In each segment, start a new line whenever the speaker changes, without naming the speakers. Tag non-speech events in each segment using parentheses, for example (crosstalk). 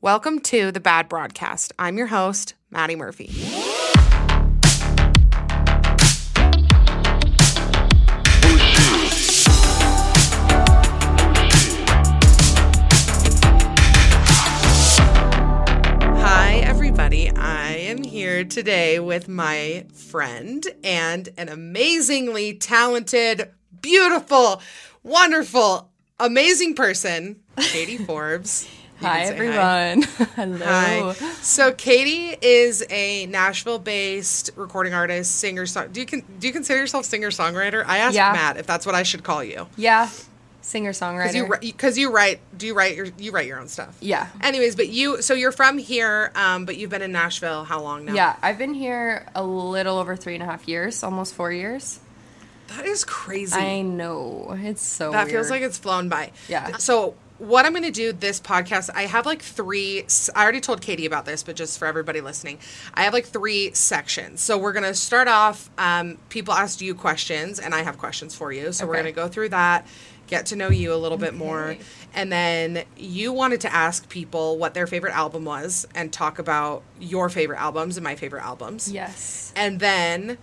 Welcome to The Bad Broadcast. I'm your host, Maddie Murphy. Hi, everybody. I am here today with my friend and an amazingly talented, beautiful, wonderful, amazing person,
(laughs)
Katie Forbes. You can
Hi,
say
everyone. (laughs) Hello.
Hi. Oh. So Katie is a Nashville-based recording artist, singer. Song. Do you con- do you consider yourself singer songwriter? I asked
Yeah.
Matt if that's what I should call you
Yeah, singer
because you
songwriter.
because you write do you write your you write your own stuff.
Yeah.
Anyways, but you so you're from here, um, but you've been in Nashville how long now?
yeah, I've been here a little over three and a half years, almost four years.
That is crazy.
I know. It's so
That feels like
weird.
it's flown by.
Yeah.
So what I'm going to do this podcast, I have like three. s- I already told Katie about this, but just for everybody listening, I have like three sections. So we're going to start off. Um, people asked you questions, and I have questions for you. So we're
Okay.
going to go through that, get to know you a little bit more, and then you wanted to ask people what their favorite album was, and talk about your favorite albums and my favorite albums.
Yes.
And then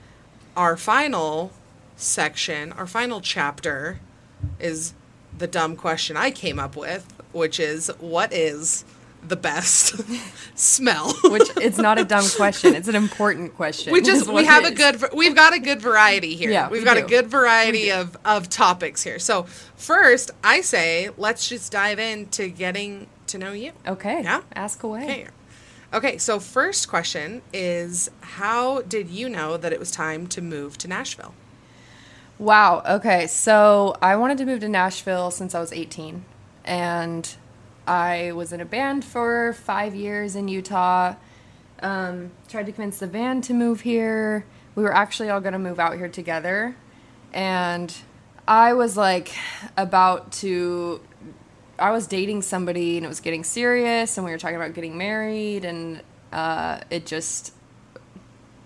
our final section, our final chapter is the dumb question I came up with, which is what is the best
(laughs)
smell?
Which it's not a dumb question. It's
(laughs)
an important question.
we just
what
we
it
have a
(laughs) is.
good we've got a good variety here.
Yeah,
we've
we
got a
do.
good variety of of topics here. So, first, I say let's just dive into getting to know you.
Okay.
Yeah.
Ask away.
Okay. Okay, so first question is how did you know that it was time to move to Nashville?
Wow. Okay. So I wanted to move to Nashville since I was 18. And I was in a band for five years in Utah. Um, tried to convince the band to move here. We were actually all going to move out here together. And I was like about to. I was dating somebody and it was getting serious, and we were talking about getting married, and uh, it just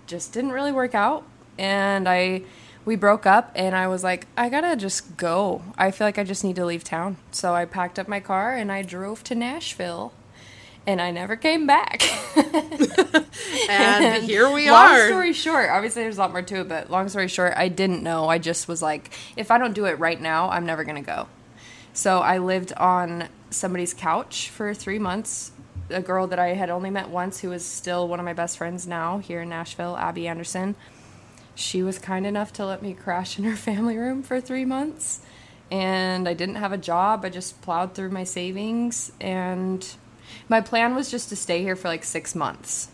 just didn't really work out and i we broke up and i was like i gotta just go i feel like i just need to leave town so i packed up my car and i drove to nashville and i never came back (laughs)
and here we
long
are.
story short obviously there's a lot more to it but long story short i didn't know i just was like if i don't do it right now i'm never gonna go so i lived on somebody's couch for three months a girl that i had only met once who is still one of my best friends now here in nashville abby anderson she was kind enough to let me crash in her (laughs) family room for three months. And I didn't have a job. I just plowed through my savings. And my plan was just to stay here for like six months.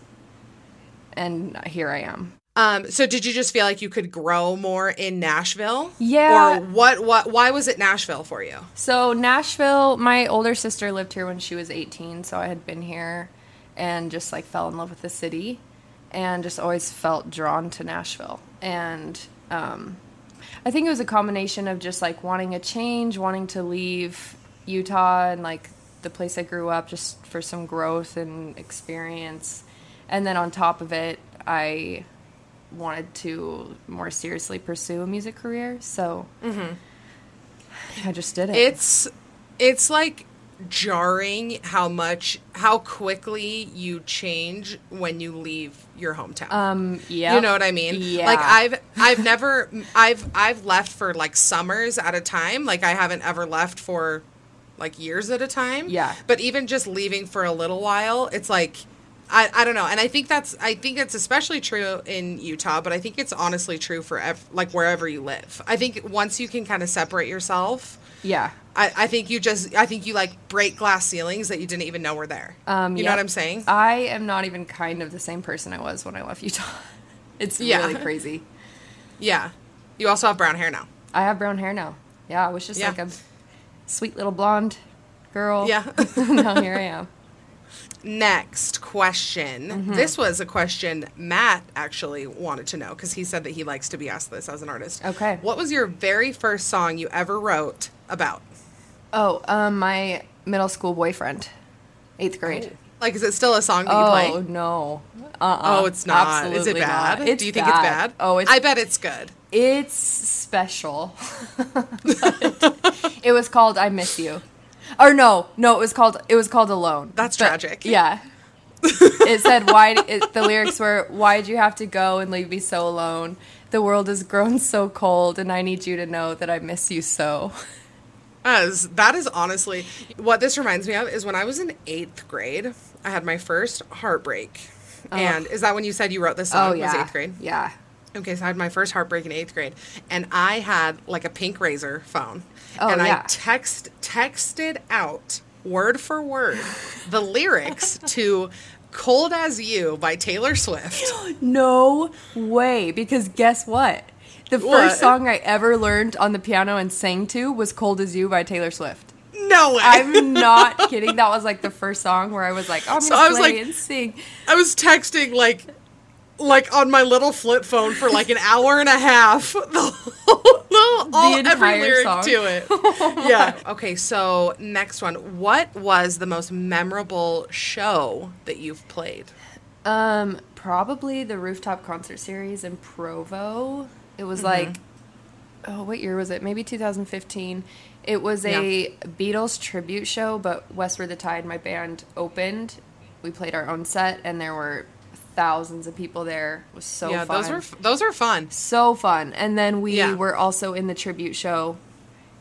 And here I am.
Um, so did you just feel like you could grow more in Nashville?
Yeah.
Or what what why was it Nashville for you?
So, Nashville, my older sister lived here when she was 18. So, I had been here and just like fell in love with the city and just always felt drawn to Nashville. And um, I think it was a combination of just like wanting a change, wanting to leave Utah and like the place I grew up just for some growth and experience. And then on top of it, I wanted to more seriously pursue a music career. So I just did it.
Mm-hmm. It's it's like jarring how much how quickly you change when you leave your hometown.
Um, yeah.
You know what I mean?
Yeah.
Like I've I've never I've I've left for like summers at a time. Like I haven't ever left for like years at a time.
Yeah.
But even just leaving for a little while, it's like I, I don't know. And I think that's I think that's especially true in Utah, but I think it's honestly true for ev- like wherever you live. I think once you can kind of separate yourself,
Yeah.
I, I think you just I think you like break glass ceilings that you didn't even know were there. Um, you know
Yep.
what I'm saying?
I am not even kind of the same person I was when I left Utah. (laughs) It's
Yeah.
really crazy.
yeah. You also have brown hair now.
I have brown hair now. Yeah, I was just
Yeah.
like a sweet little blonde girl.
Yeah.
(laughs) now here I am.
Next question.
Mm-hmm.
This was a question Matt actually wanted to know because he said that he likes to be asked this as an artist.
Okay.
What was your very first song you ever wrote about?
Oh, um, my middle school boyfriend, eighth grade.
Like, is it still a song that
Oh,
you play?
no. Uh-uh.
Oh, it's not. Is it
Absolutely
bad?
not. It's
Do you think it's
bad.
bad?
Oh, it's
I bet it's good.
It's special. (laughs) it was called "I Miss You," or no, no, it was called it was called "Alone."
That's tragic.
Yeah. it said why it, the lyrics were why'd you have to go and leave me so alone the world has grown so cold and i need you to know that i miss you so
As that is honestly what this reminds me of is when I was in eighth grade, I had my first heartbreak. And is that when you said you wrote this song? Was eighth grade?
Oh. yeah
Okay, so I had my first heartbreak in eighth grade, and I had like a pink razor phone,
Oh,
and
yeah.
I text texted out word for word the
(laughs)
lyrics to "Cold as You" by Taylor
(gasps)
Swift.
no way because guess what the
What?
first song i ever learned on the piano and sang to was cold as you by taylor swift
No way!
i'm not kidding that was like the first song where i was like oh, i'm
So
gonna
I was
play
like-
and sing
I was texting like like on my little flip phone for like an hour and a half. (laughs) The whole, the all, every
entire
lyric
song.
to
(laughs)
it. yeah. Okay, so next one. What was the most memorable show that you've played?
Um, probably the rooftop concert series in Provo. It was
Mm-hmm.
like, oh, what year was it? Maybe 2015. It was a Beatles tribute show, but Westward the Tide, my band, opened. We played our own set, and there were thousands of people there. It was so
yeah,
fun.
those are f- those are fun.
so fun. And then we
Yeah.
were also in the tribute show,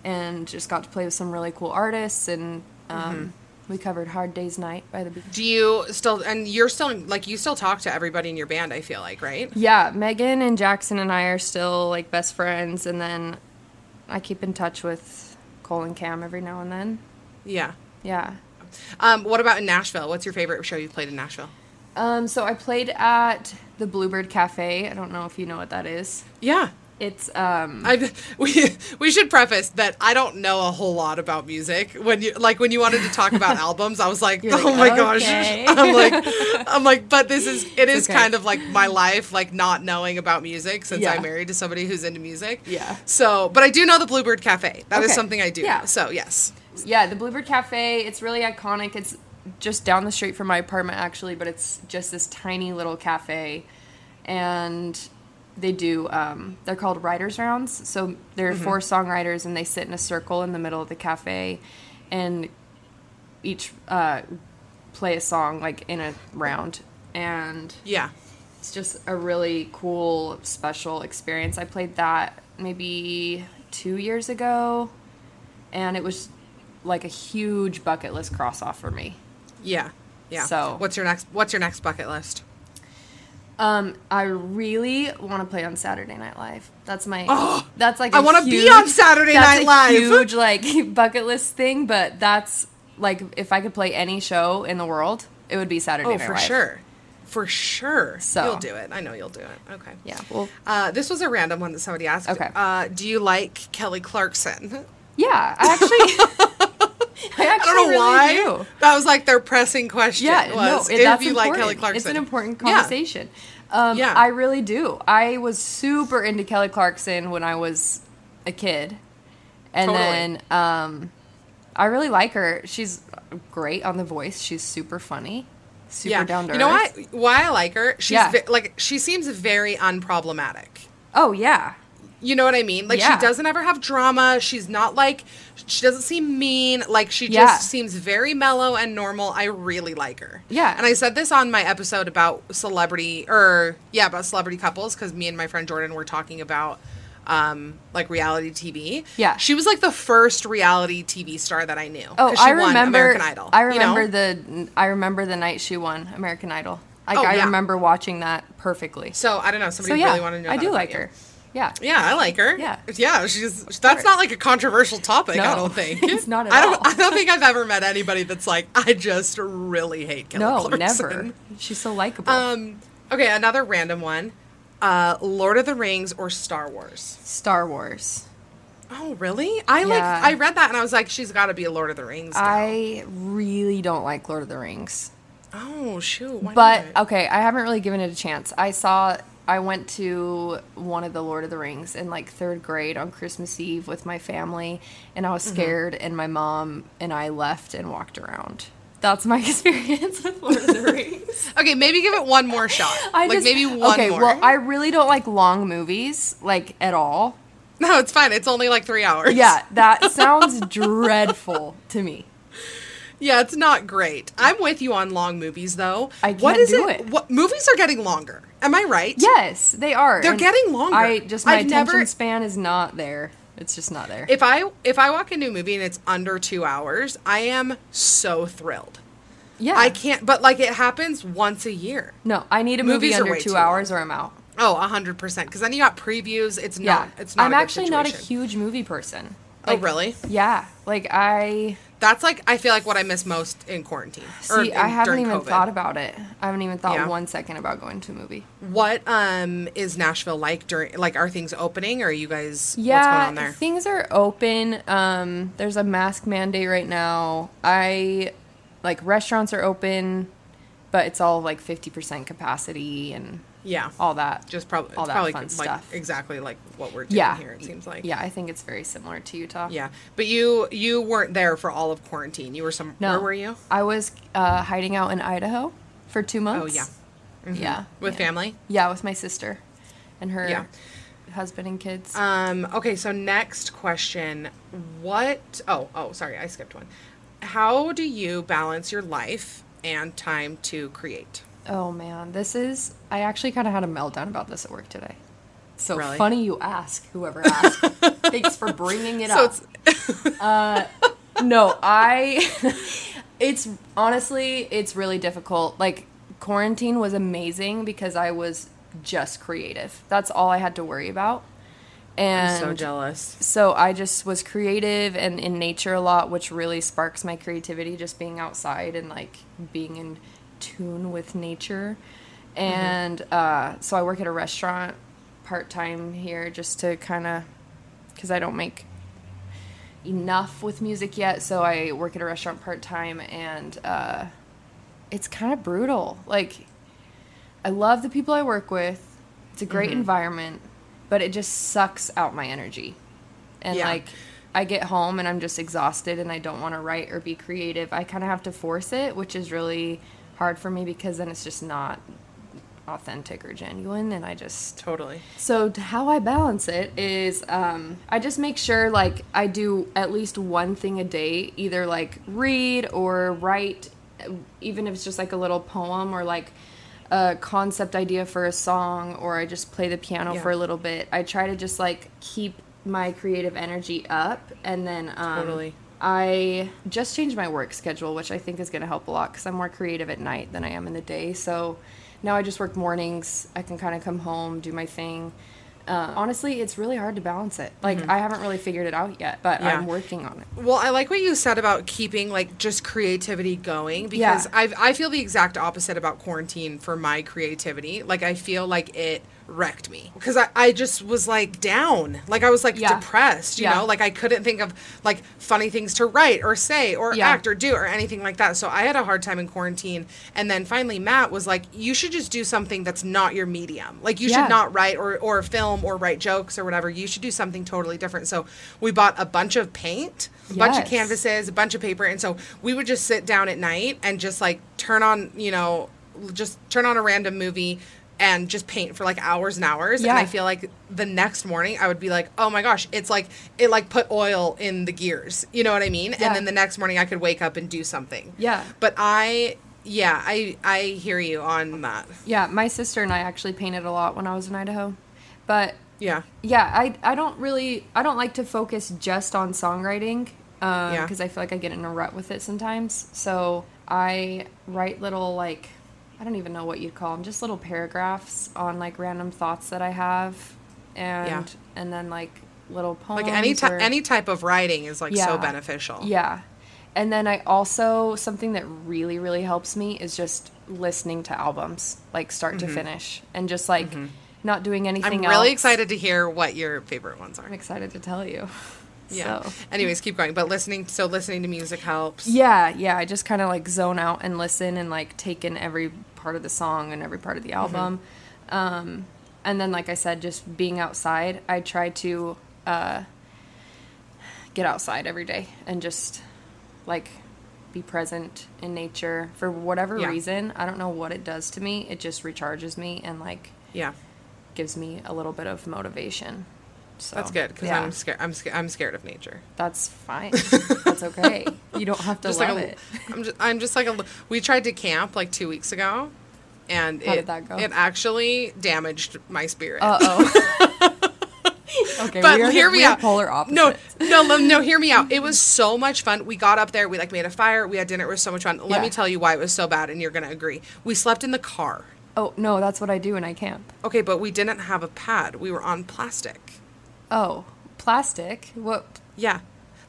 and just got to play with some really cool artists. And um, we covered "Hard Day's Night" by the Beatles.
Do you still and you're still like you still talk to everybody in your band? I feel like right.
Yeah, Megan and Jackson and I are still like best friends, and then I keep in touch with Cole and Cam every now and then.
Yeah.
Yeah.
Um, what about in Nashville? What's your favorite show you've played in Nashville?
Um, so I played at the Bluebird Cafe. I don't know if you know what that is.
Yeah,
It's um
I (laughs) we we should preface that I don't know a whole lot about music. When you like when you wanted to talk
(laughs)
about albums, I was like, oh
You're like,
my gosh,
"Okay."
(laughs) I'm like, I'm like, but this is it is
okay.
kind of like my life, like not knowing about music since
Yeah.
I'm married to somebody who's into music.
Yeah.
So, but I do know the Bluebird Cafe. That is
Okay.
something I do.
Yeah.
know. So yes.
yeah, the Bluebird Cafe. It's really iconic. It's just down the street from my apartment actually, but it's just this tiny little cafe and they do um, they're called writers rounds. So there are four songwriters and they sit in a circle in the middle of the cafe and each uh, play a song like in a round and
Yeah.
it's just a really cool special experience i played that maybe two years ago and it was like a huge bucket list cross off for me
Yeah. Yeah.
So-
what's your next what's your next bucket list?
um i really want to play on saturday night live that's
(gasps)
my that's like
Oh, I
a
wanna be
huge-
on Saturday
that's
Night Live. (laughs)
a huge like (laughs) bucket list thing but that's like if i could play any show in the world it would be saturday
Oh,
night
for
live
sure. For sure.
So-
You'll do it. I know you'll do it. Okay.
yeah well
Uh, this was a random one that somebody asked.
Okay.
Uh, do you like Kelly Clarkson?
yeah
(laughs)
i actually (laughs) I,
I don't know why.
really do.
That was like their pressing question.
Yeah,
was
no, it,
if
that's
you
important.
like Kelly Clarkson,
It's an important
Yeah.
conversation. Um,
Yeah.
I really do. I was super into Kelly Clarkson when I was a kid, and
Totally.
then um, I really like her. She's great on The Voice. She's super funny, super
Yeah.
down to
You know
earth.
what? Why I like her? She's
Yeah.
ve- like she seems very unproblematic.
Oh yeah,
You know what I mean? Like
Yeah.
she doesn't ever have drama. She's not like she doesn't seem mean. Like she
Yeah.
just seems very mellow and normal. I really like her.
Yeah.
And I said this on my episode about celebrity or yeah, about celebrity couples cuz me and my friend Jordan were talking about um, like reality TV.
Yeah.
she was like the first reality TV star that I knew.
Oh,
'cause she
I
won
remember.
American Idol.
I
you know?
remember the I remember the night she won American Idol. Like
Oh,
I
yeah.
remember watching that perfectly. So,
So I don't know. Somebody
yeah,
really want to know.
I
that
do
about
like
you.
her. Yeah.
Yeah, I like her.
Yeah.
yeah. She's that's not like a controversial topic. I
No, (laughs)
don't think
it's not at
I don't.
all.
I don't think I've ever met anybody that's like I just really hate Kelly
No,
Clarkson.
never. She's so likable.
Um, (laughs) okay, another random one. Uh, Lord of the Rings or Star Wars?
Star Wars.
Oh, really? I like.
Yeah.
I read that and I was like, she's got to be a Lord of the Rings. gal.
I really don't like Lord of the Rings.
oh shoot. Why
But uh,
not?
okay, I haven't really given it a chance. I saw I went to one of the Lord of the Rings in like 3rd grade on Christmas Eve with my family and I was scared and my mom and I left and walked around. That's my (laughs) experience with Lord of (laughs) the Rings.
okay, maybe give it one more shot.
(laughs) I
like
just-
maybe one
okay,
more.
well, I really don't like long movies like at all.
(laughs) no, it's fine. It's only like three hours.
Yeah, that sounds dreadful to me.
Yeah, it's not great. I'm with you on long movies though.
I
what
can't
is
do it.
What movies are getting longer? Am I right?
Yes, they are.
They're
and
getting longer.
I just my
I've
attention
never-
span is not there. It's just not there.
If I if I walk into a movie and it's under two hours, I am so thrilled.
yeah,
I can't. But like, it happens once a year.
No, I need a movie
Movies are
under
way too
two
long.
hours or I'm out.
Oh, a hundred percent. Because then you got previews. It's
Yeah,
not. It's not.
I'm
a good
actually not a
situation.
huge movie person.
Oh, really?
Yeah, like I
That's like I feel like what I miss most in quarantine. or
see.
in-
I haven't
during
even
COVID.
thought about it. I haven't even thought
Yeah.
one second about going to a movie.
what um is Nashville like during like are things opening or are you guys what's going
Yeah,
on there?
things are open. Um, there's a mask mandate right now. I like restaurants are open, but it's all like 50% capacity and
yeah.
all that.
just probably
all
it's
that
probably
fun
like
stuff.
exactly like what we're doing
yeah,
here it seems like.
yeah. I think it's very similar to Utah.
Yeah. But you you weren't there for all of quarantine. You were some
No.
where were you?
I was uh, hiding out in Idaho for two
Oh
months.
yeah. Mm-hmm.
Yeah.
With
yeah.
family?
Yeah, with my sister and her
Yeah.
husband and kids.
Um okay, so next question. What oh, oh, sorry, I skipped one. How do you balance your life and time to create?
oh, man. This is, I actually kind of had a meltdown about this at work today. So
Really?
funny you ask, whoever asked.
(laughs)
Thanks for bringing it
So
up.
(laughs)
Uh, no, I. (laughs) it's honestly, it's really difficult. Like quarantine was amazing because I was just creative. That's all I had to worry about. And
I'm so jealous.
so I just was creative and in nature a lot, which really sparks my creativity. Just being outside and like being in tune with nature. And uh, so I work at a restaurant part time here, just to kind of because I don't make enough with music yet. So I work at a restaurant part time, and uh, it's kind of brutal. Like I love the people I work with. It's a great environment, but it just sucks out my energy. And
Yeah.
like I get home and I'm just exhausted and I don't want to write or be creative. I kind of have to force it, which is really hard for me because then it's just not authentic or genuine and I just
Totally.
so t- how I balance it is um, I just make sure like I do at least one thing a day, either like read or write, uh, even if it's just like a little poem or like a concept idea for a song, or I just play the piano
Yeah.
for a little bit. I try to just like keep my creative energy up, and then um,
Totally.
I just changed my work schedule, which I think is going to help a lot because I'm more creative at night than I am in the day. So now I just work mornings. I can kind of come home, do my thing. Uh, honestly, it's really hard to balance it. Like, I haven't really figured it out yet, but
Mm-hmm. Yeah.
I'm working on it.
Well, I like what you said about keeping like just creativity going because
Yeah.
I've, I feel the exact opposite about quarantine for my creativity. Like I feel like it wrecked me because I, I just was like down. Like I was like
Yeah.
depressed, you
Yeah.
know, like I couldn't think of like funny things to write or say or
Yeah.
act or do or anything like that. So I had a hard time in quarantine. And then finally Matt was like, you should just do something that's not your medium. Like you
Yeah.
should not write or, or film or write jokes or whatever. You should do something totally different. So we bought a bunch of paint a bunch
Yes.
of canvases, a bunch of paper, and so we would just sit down at night and just like turn on, you know, just turn on a random movie and just paint for like hours and hours. And I
Yeah.
feel like the next morning I would be like, oh my gosh, it's like it like put oil in the gears. You know what I mean?
Yeah.
And then the next morning I could wake up and do something.
Yeah.
But I, yeah, I I hear you on that.
Yeah, my sister and I actually painted a lot when I was in Idaho, but
Yeah.
yeah I, I don't really i don't like to focus just on songwriting
Yeah.
because i feel like i get in a rut with it sometimes so i write little like i don't even know what you'd call them just little paragraphs on like random thoughts that i have and and then like little poems
Like any
type
type any type of writing is like so
Yeah.
beneficial.
yeah and then i also something that really really helps me is just listening to albums like start to finish and just like not doing anything
Mm-hmm. I'm
else
really excited to hear what your favorite ones are.
i'm excited to tell you
(laughs) Yeah.
So-
Anyways, keep going. But listening, so listening to music helps.
Yeah, yeah. I just kind of like zone out and listen and like take in every part of the song and every part of the
Mm-hmm.
album. Um, and then, like I said, just being outside, I try to uh, get outside every day and just like be present in nature for whatever
Yeah.
reason. I don't know what it does to me. It just recharges me and like
Yeah.
gives me a little bit of motivation. So
That's good because
yeah,
I'm scared. I'm scared. I'm scared of nature. (laughs)
that's fine. that's okay. You don't have to
Just
love
like (laughs) a,
it. (laughs)
I'm just. I'm just like a. l- We tried to camp like two weeks ago, and
How
it
did that go?
it actually damaged my spirit.
Uh oh. okay,
but
we are,
hear me
we are
out.
polar opposites.
No, no, no,
(laughs)
no. Hear me out. It was so much fun. We got up there. We like made a fire. We had dinner. It was so much fun. Let
Yeah.
me tell you why it was so bad, and you're gonna agree. We slept in the car.
Oh no, that's what I do when I camp.
Okay, but we didn't have a pad. We were on plastic.
Oh, plastic. What?
Yeah.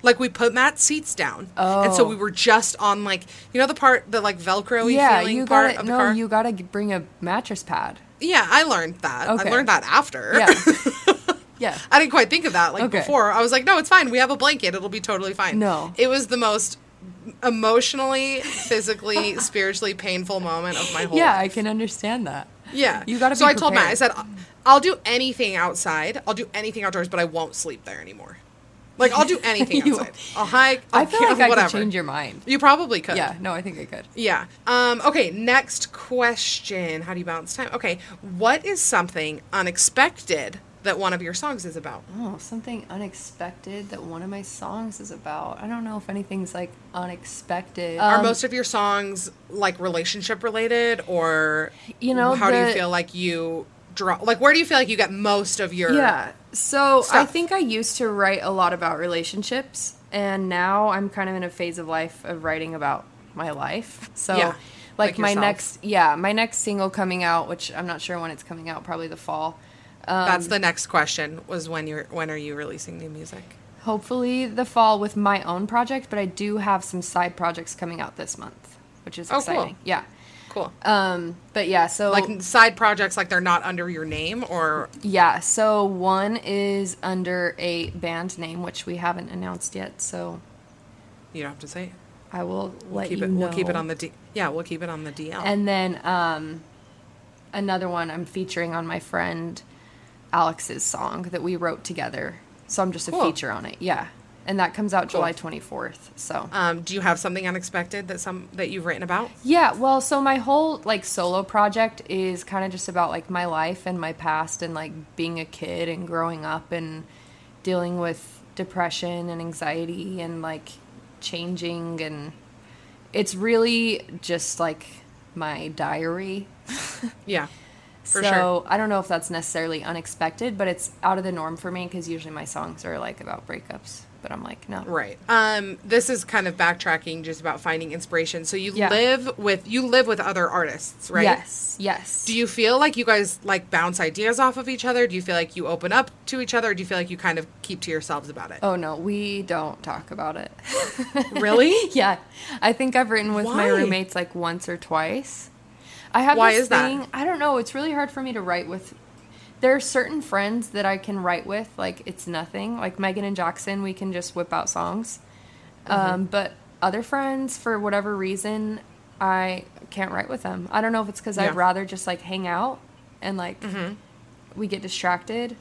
Like we put mat seats down. And so
Oh.
we were just on like you know the part the like velcro
Yeah,
feeling
you
part
got
of
to
the
No,
car?
you got to bring a
(laughs)
mattress pad.
yeah, I learned that.
Okay.
I learned that after.
Yeah. yeah.
(laughs) I didn't quite think of that like
Okay.
before. I was like, no, it's fine. We have a blanket. It'll be totally fine.
No.
It was the most emotionally, physically, (laughs) spiritually painful moment of my whole
Yeah,
life.
I can understand that.
Yeah.
You gotta
So
be
I told Matt, I
prepared.
said, "I- I'll do anything outside. I'll do anything outdoors, but I won't sleep there anymore. Like, I'll do anything
(laughs) You-
outside. I'll hike. I'll
I feel
(laughs) camp,
like I
whatever.
could change your mind.
You probably could.
Yeah. No, I think I could.
Yeah. Um, okay, next question. How do you balance time? Okay, what is something unexpected that one of your songs is about?
Oh, something unexpected that one of my songs is about. I don't know if anything's like unexpected.
Are most of your songs like relationship related or
You know,
how do you
the-
feel like you draw like where do you feel like you get most of your
Yeah. So I
stuff.
think I used to write a lot about relationships, and now I'm kind of in a phase of life of writing about my life. So,
Yeah,
like,
like
my
yourself.
next, yeah, my next single coming out, which I'm not sure when it's coming out, probably the fall. um,
That's the next question was when you're when are you releasing new music?
Hopefully, the fall with my own project, but I do have some side projects coming out this month, which is
Oh, cool.
exciting. Yeah.
Cool.
Um, but yeah, so
like side projects like they're not under your name or
Yeah, so one is under a band name, which we haven't announced yet. So
you don't have to say it.
I will let
Keep
you
it
know.
we'll keep it on the D yeah, we'll keep it on the DL.
And then um, another one I'm featuring on my friend Alex's song that we wrote together. So I'm just a
Cool.
feature on it. Yeah. And that comes out July 24th. So,
Um, do you have something unexpected that some that you've written about?
yeah, well, so my whole like solo project is kind of just about like my life and my past and like being a kid and growing up and dealing with depression and anxiety and like changing and it's really just like my diary (laughs)
Yeah, for
so
sure.
I don't know if that's necessarily unexpected, but it's out of the norm for me because usually my songs are like about breakups. But I'm like, no,
Right. Um, this is kind of backtracking, just about finding inspiration. So you
Yeah.
live with you live with other artists, right?
Yes, yes.
Do you feel like you guys like bounce ideas off of each other? Do you feel like you open up to each other? Or do you feel like you kind of keep to yourselves about it?
Oh no, we don't talk about it. (laughs)
Really?
yeah, I think I've written with my
Why?
roommates like once or twice. I have
Why
this
is that?
thing. I don't know. It's really hard for me to write with. There are certain friends that I can write with, like it's nothing. Like Megan and Jackson, we can just whip out songs.
Mm-hmm.
Um, but other friends, for whatever reason, I can't write with them. I don't know if it's because
Yeah. Mm-hmm.
I'd rather just like hang out and like we get distracted.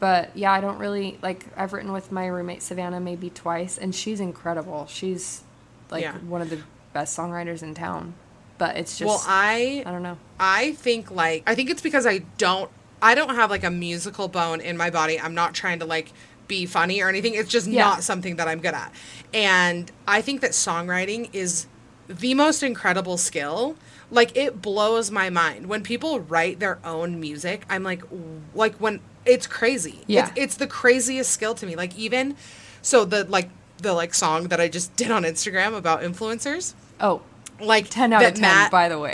But yeah, I don't really like. I've written with my roommate Savannah maybe twice, and she's incredible. She's like
Yeah.
one of the best songwriters in town. But it's just
well, I
I don't know.
I think like I think it's because I don't I don't have like a musical bone in my body. I'm not trying to like be funny or anything. It's just
Yeah.
not something that I'm good at. And I think that songwriting is the most incredible skill. Like it blows my mind when people write their own music. I'm like w- like when it's crazy.
Yeah.
It's, it's the craziest skill to me. Like even so the like the like song that I just did on Instagram about influencers.
Oh,
Like
10 out
that
of 10,
Matt-
by the way.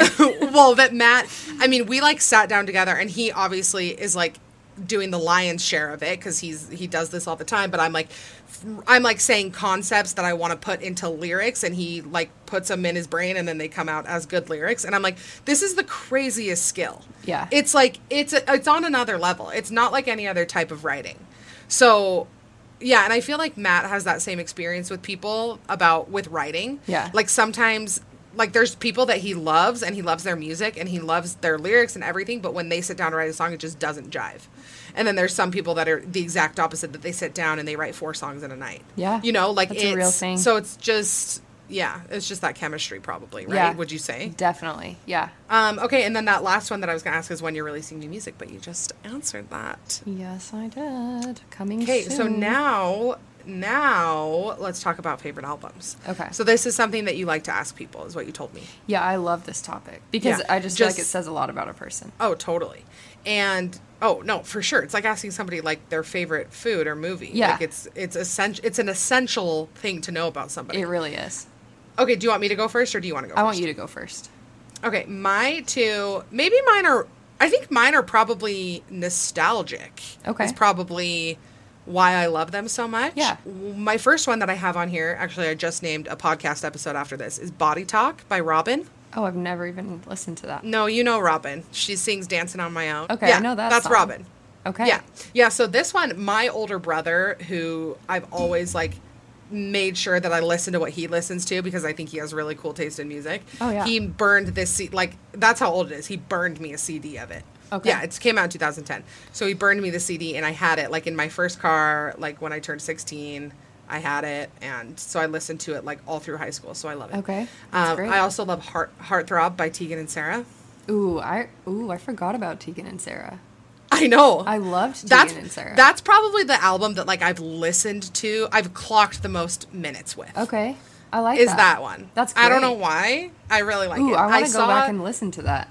well, that Matt, I mean, we like sat down together and he obviously is like doing the lion's share of it because he's he does this all the time but i'm like i'm like saying concepts that i want to put into lyrics and he like puts them in his brain and then they come out as good lyrics and i'm like this is the craziest skill
Yeah.
it's like it's a, it's on another level it's not like any other type of writing so yeah and i feel like matt has that same experience with people about with writing
Yeah.
like sometimes like there's people that he loves and he loves their music and he loves their lyrics and everything but when they sit down to write a song it just doesn't jive and then there's some people that are the exact opposite that they sit down and they write four songs in a night
Yeah.
you know like
That's a
it's
real thing.
so it's just yeah it's just that chemistry probably (laughs) right would you say
Definitely. Yeah.
um, okay and then that last one that i was gonna ask is when you're releasing new music but you just answered that
Yes, I did. Coming
Okay,
soon.
so now now let's talk about favorite albums.
Okay.
So this is something that you like to ask people, is what you told me.
Yeah, I love this topic because
Yeah,
I just, feel like
just-
it says a lot about a person.
Oh, totally. And oh no, for sure. It's like asking somebody like their favorite food or movie.
Yeah.
Like it's it's essential it's an essential thing to know about somebody.
It really is.
okay, do you want me to go first or do you want to go
I
first?
want you to go first.
Okay, my two. Maybe mine are. I think mine are probably nostalgic.
Okay.
It's probably why I love them so much.
Yeah.
My first one that I have on here, actually, I just named a podcast episode after this, is Body Talk by Robin.
Oh, I've never even listened to that.
No, you know Robin. She sings Dancing on My Own.
Okay, I know that
That's
song.
Robin.
Okay.
Yeah. Yeah. So this one, my older brother, who I've always like made sure that I listen to what he listens to because I think he has really cool taste in music.
Oh, yeah.
He burned this C like that's how old it is. He burned me a CD of it.
Okay.
Yeah, it came out in 2010. So he burned me the CD and I had it like in my first car, like when I turned 16, I had it and so I listened to it like all through high school. So I love it.
Okay. That's
Um,
great.
I also love Heart Heartthrob by Tegan and Sarah.
Ooh, I ooh, I forgot about Tegan and Sarah.
I know.
I loved
that's
Tegan and Sarah.
that's probably the album that like I've listened to. I've clocked the most minutes with.
Okay. I like
Is
that.
that one?
That's
I don't know
great.
why. I really like
Ooh,
it.
I want to go
saw,
back and listen to that.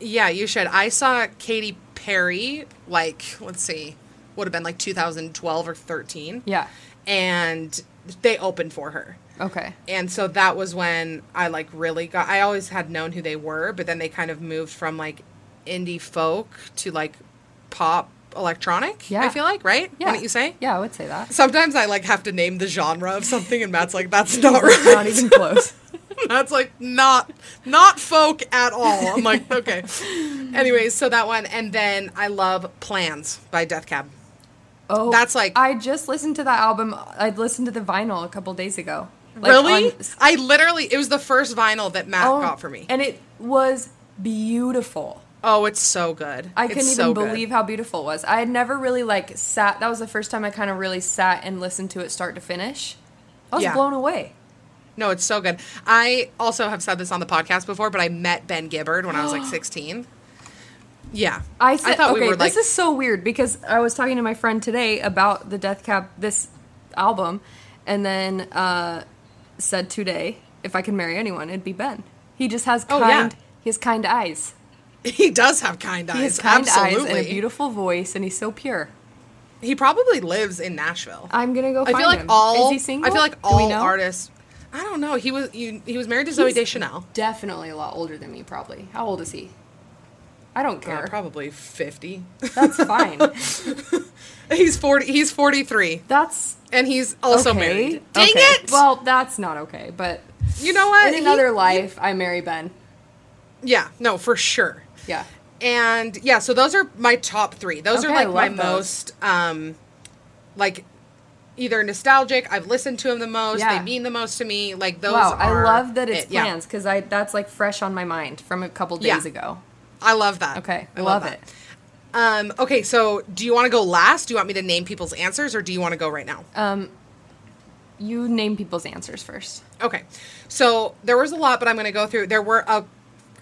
Yeah, you should. I saw Katy Perry like let's see, would have been like 2012 or 13.
Yeah.
and they opened for her.
Okay.
And so that was when I like really got. I always had known who they were, but then they kind of moved from like indie folk to like pop electronic.
Yeah.
I feel like right.
Yeah.
Wouldn't you say?
Yeah, I would say that.
Sometimes I like have to name the genre of something, and Matt's like, "That's (laughs) not (laughs) right."
Not
(laughs)
even close.
That's like not not folk at all. I'm
(laughs)
like, okay. Anyways, so that one, and then I love Plans by Death Cab.
Oh,
That's like-
I just listened to that album. I listened to the vinyl a couple days ago. Like,
really?
on-
I literally it was the first vinyl that Matt
Oh,
got for me.
and it was beautiful.
oh, it's so good.
I
It's
couldn't even
so good.
believe how beautiful it was. I had never really like sat. That was the first time I kind of really sat and listened to it start to finish. I was
Yeah.
blown away.
No, it's so good. I also have said this on the podcast before, but I met Ben Gibbard when I was
(gasps)
like 16. Yeah.
I said,
thought
okay,
we were like,
this is so weird because I was talking to my friend today about the Death Cab this album, and then uh, said today if I could marry anyone, it'd be Ben. He just has
Oh,
kind.
yeah.
He has kind eyes.
(laughs) he does have kind eyes.
He has kind
Absolutely.
eyes and a beautiful voice, and he's so pure.
he probably lives in Nashville.
I'm gonna go.
I
Find
feel like
him.
all
Is he single?
I feel like
Do we
all
know?
artists I don't know. He was you, he was married to Zoe
He's
Deschanel.
Definitely a lot older than me, probably. How old is he? I don't care.
Uh, probably 50.
(laughs) That's fine.
(laughs) he's 40 he's 43
That's
and he's also
okay.
married. Dang
Okay.
it.
Well, that's not okay. But
you know what?
in
He-
another life, I marry Ben.
yeah, no, for sure.
Yeah.
and yeah so those are my top three those are
Okay, I
like my
love
most
those.
um like either nostalgic i've listened to them the most
Yeah.
they mean the most to me like those
wow,
are
I love that it's
it, yeah.
plans because I that's like fresh on my mind from a couple
Yeah.
days ago.
i love that
Okay,
i
love,
that.
it.
um okay so do you want to go last do you want me to name people's answers or do you want to go right now
You name people's answers first.
Okay. So there was a lot, but I'm going to go through. There were a,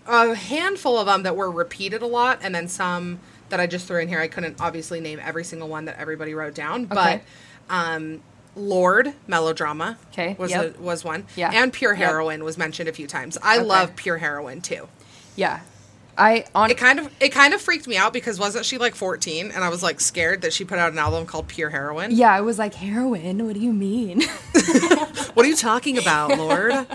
a handful of them that were repeated a lot, and then some that I just threw in here. I couldn't obviously name every single one that everybody wrote down, but
Okay.
um, Lord melodrama
'Kay,
was
yep.
a, was one,
Yeah,
and pure
yep.
heroin was mentioned a few times. I love pure heroin too.
Yeah, I on
It kind of it kind of freaked me out because wasn't she like 14 and I was like scared that she put out an album called Pure Heroin?
yeah, I was like heroin. What do you mean? (laughs)
What are you talking about, Lord?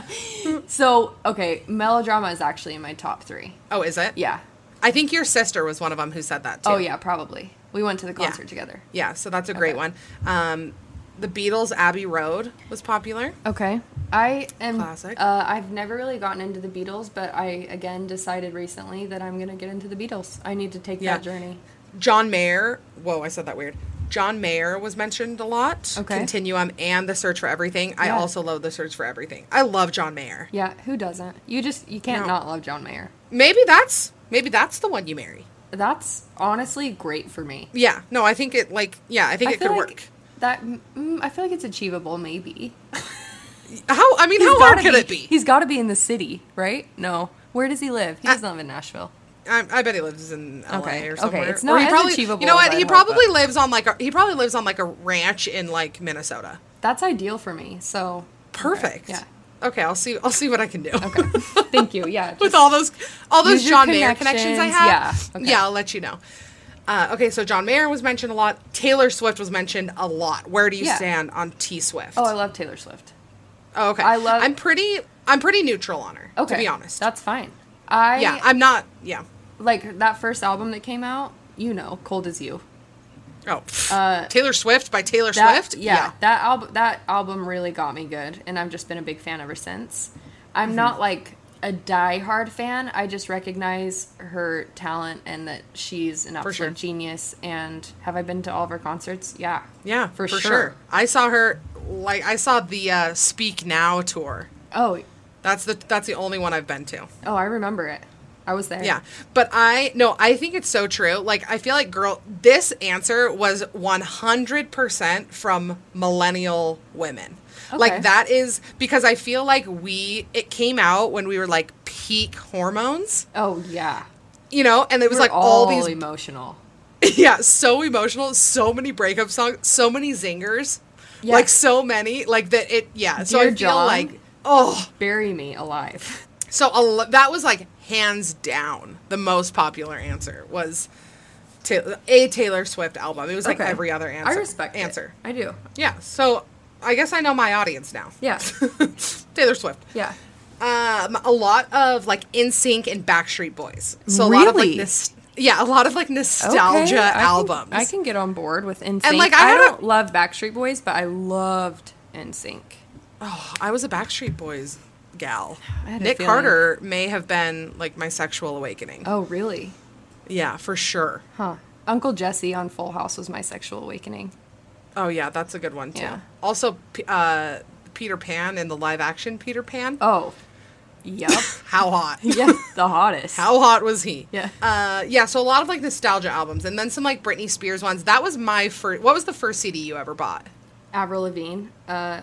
so okay, melodrama is actually in my top three.
oh, is it?
Yeah.
I think your sister was one of them who said that too.
Oh yeah, probably. We went to the concert together.
Yeah, so that's a great
Okay.
one. Um, the Beatles' Abbey Road was popular.
Okay. I am.
Classic.
Uh, I've never really gotten into the Beatles, but I again decided recently that I'm gonna get into the Beatles. I need to take
Yeah.
that journey.
John Mayer. Whoa, I said that weird. John Mayer was mentioned a lot.
Okay.
Continuum and The Search for Everything. I
Yeah.
also love The Search for Everything. I love John Mayer.
Yeah, who doesn't? You just you can't
No.
not love John Mayer.
Maybe that's maybe that's the one you marry.
That's honestly great for me.
Yeah. No, I think it like yeah, I think it could
like
work.
That mm, I feel like it's achievable, maybe.
(laughs) How I mean,
He's
how hard
gotta
could it be?
He's got to be in the city, right? No, where does he live? He doesn't live in Nashville.
I, I bet he lives in LA
Okay,
or
okay,
somewhere.
it's
Or
not
he
as
probably,
achievable
You know
as
what?
I'd
He
hope,
probably
but-
lives on like a he probably lives on like a ranch in like Minnesota.
That's ideal for me.
(laughs)
So
Perfect.
Yeah.
Okay, I'll see. I'll see what I can do.
Okay. Thank you. Yeah.
(laughs) With
just-
all those, all those
Use your
John Mayer connections I have.
connections.
Yeah.
Yeah, okay.
I'll let you know. Uh, okay, so John Mayer was mentioned a lot. Taylor Swift was mentioned a lot. Where do you
Yeah.
stand on T Swift?
Oh, I love Taylor Swift.
Oh, okay.
I love-
I'm pretty. I'm pretty neutral on her.
Okay,
To be honest.
that's fine. I
yeah, I'm not. Yeah.
like that first album that came out. You know, Cold as You.
Oh, pff. Taylor Swift by Taylor
Uh, That-
Swift.
Yeah, that album that album really got me good, and I've just been a big fan ever since. I'm
Mm-hmm.
not like a diehard fan. I just recognize her talent and that she's an absolute
sure.
genius. And have I been to all of her concerts? Yeah,
Yeah,
for, sure.
I saw her like I saw the uh, Speak Now tour.
Oh,
That's the that's the only one I've been to.
oh, I remember it. I was there.
Yeah. But I no, I think it's so true. Like I feel like girl this answer was 100% from millennial women. Like
Okay.
that is because I feel like we it came out when we were like peak hormones,
Oh yeah.
you know, and it was
We're
like all, these
emotional.
(laughs) yeah, so emotional, so many breakup songs, so many zingers.
Yeah.
Like so many, like that it yeah. so I
Dear
feel
John.
like oh,
Bury me alive.
so a lo- that was like hands down the most popular answer was ta- a Taylor Swift album. It was like
Okay.
every other answer.
I respect it.
answer.
I do.
Yeah. So I guess I know my audience now. (laughs)
Yeah.
Taylor Swift.
yeah.
Um, a lot of like NSYNC and Backstreet Boys. So a lot of like
Really?
this. Yeah, a lot of like nostalgia
Okay, I can-
albums.
I can get on board with NSYNC.
like, I
I,
had a-
don't love Backstreet Boys, but I loved NSYNC.
I was a Backstreet Boys gal.
I had a
Nick
feeling.
Carter may have been like my sexual awakening.
Oh, really?
Yeah, for sure.
Huh. Uncle Jesse on Full House was my sexual awakening.
Oh yeah, that's a good one too.
Yeah.
Also, P- uh, Peter Pan in the live action Peter Pan.
Oh, yep. (laughs)
How hot?
yeah, the hottest.
How hot was he?
Yeah.
Uh, yeah. So a lot of like nostalgia albums, and then some like Britney Spears ones. That was my first. What was the first CD you ever bought?
Avril Lavigne. Uh,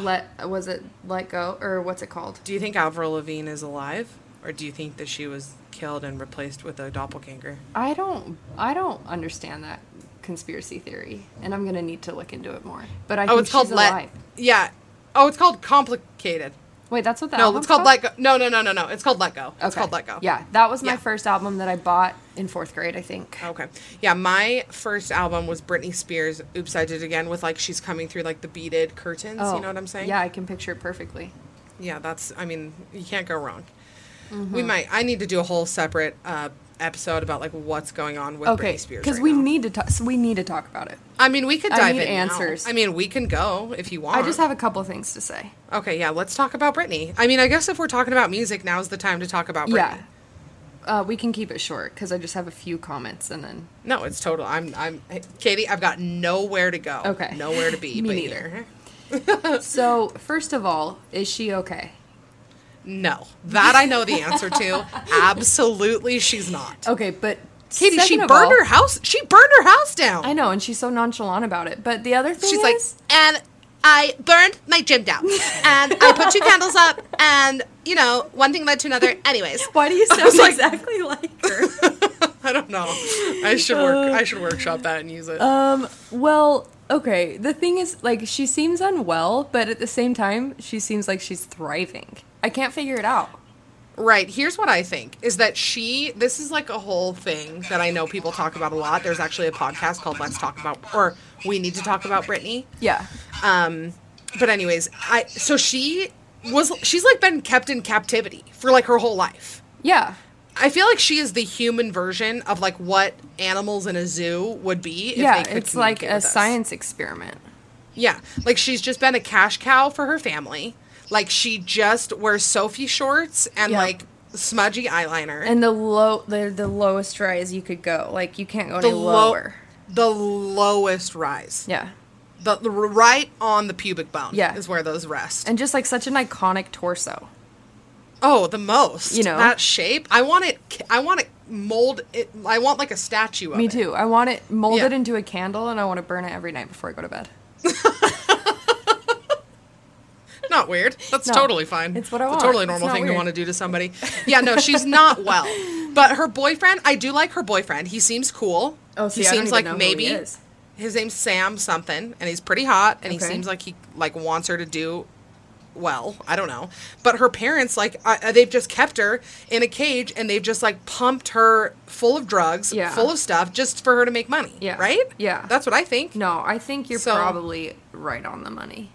let was it Let Go or what's it called?
Do you think Avril Lavigne is alive, or do you think that she was killed and replaced with a doppelganger?
I don't. I don't understand that conspiracy theory, and I'm gonna need to look into it more. But I
Oh,
think
it's called
she's
Let.
alive.
Yeah. Oh, it's called Complicated.
Wait, that's what that.
No,
album's
it's called
called
Let Go. No, no, no, no, no. It's called Let Go. It's called Let Go.
Yeah, that was my
Yeah.
first album that I bought in fourth grade, I think.
Okay. Yeah, my first album was Britney Spears, Oops, I Did It Again, with like she's coming through like the beaded curtains. Oh, You know what I'm saying?
Oh, Yeah, I can picture it perfectly.
Yeah, that's, I mean, you can't go wrong.
Mm-hmm.
We might, I need to do a whole separate uh, episode about like what's going on with
Okay,
Britney Spears.
because
right
we
now.
need to talk. So we need to talk about it.
I mean, we could
I
dive
need
in. now.
answers.
I mean, we can go if you want.
I just have a couple things to say.
Okay, yeah, let's talk about Britney. I mean, I guess if we're talking about music, now's the time to talk about Britney.
Yeah, uh, we can keep it short because I just have a few comments and
(laughs)
then.
No, it's total. I'm, I'm, Katie, I've got nowhere to go.
Okay.
Nowhere to be.
(laughs) Me
but
neither.
here.
So first of all, is she okay?
No, that I know the answer to. Absolutely, she's not.
Okay, but
Katie, she
second
burned
of all-
her house. She burned her house down.
I know, and she's so nonchalant about it. But the other thing
She's like,
is,
and I burned my gym down, and I put two candles up, and you know, one thing led to another. Anyways,
why do
(laughs)
you sound
was like-
exactly like
(laughs)
her?
I don't know. I should work. I should workshop that and use it.
Uh, Well, okay. The thing is, like, she seems unwell, but at the same time, she seems like she's thriving. I can't figure it out.
Right. Here's what I think is that she, this is like a whole thing that I know people talk about a lot. There's actually a podcast called Let's Talk About, or We Need to Talk About Britney.
Yeah.
But, anyways, I, so she was, she's like been kept in captivity for like her whole life.
Yeah.
I feel like she is the human version of like what animals in a zoo would be. If
yeah.
they could
It's like
communicate
a
with us.
science experiment.
Yeah, like she's just been a cash cow for her family. Like she just wears Sophie shorts and
Yeah.
like smudgy eyeliner.
And the low, the, the lowest rise you could go. Like you can't go any
low-
lower.
the lowest rise.
Yeah.
The, the r- right on the pubic bone.
Yeah.
is where those rest.
And just like such an iconic torso.
oh, the most.
You know.
that shape. I want it. ca- I want it mold. It. I want like a statue of
Me
it.
too. I want it molded
Yeah.
into a candle and I want to burn it every night before I go to bed.
(laughs) Not weird. That's
No,
totally fine.
it's what I
It's a
want.
totally
It's
normal
not
thing to
weird.
want to do to
(laughs)
somebody. Yeah, no, she's not well. But her boyfriend, I do like her boyfriend. He seems cool.
Oh, see,
he
I don't
seems
even
like
know who he
maybe
is.
his name's Sam something, and he's pretty hot, and he
Okay.
seems like he like wants her to do well. I don't know, but her parents like uh, they've just kept her in a cage, and they've just like pumped her full of drugs,
Yeah.
full of stuff, just for her to make money.
Yeah.
right.
Yeah.
that's what I think.
No, I think you're
So-
probably right on the money.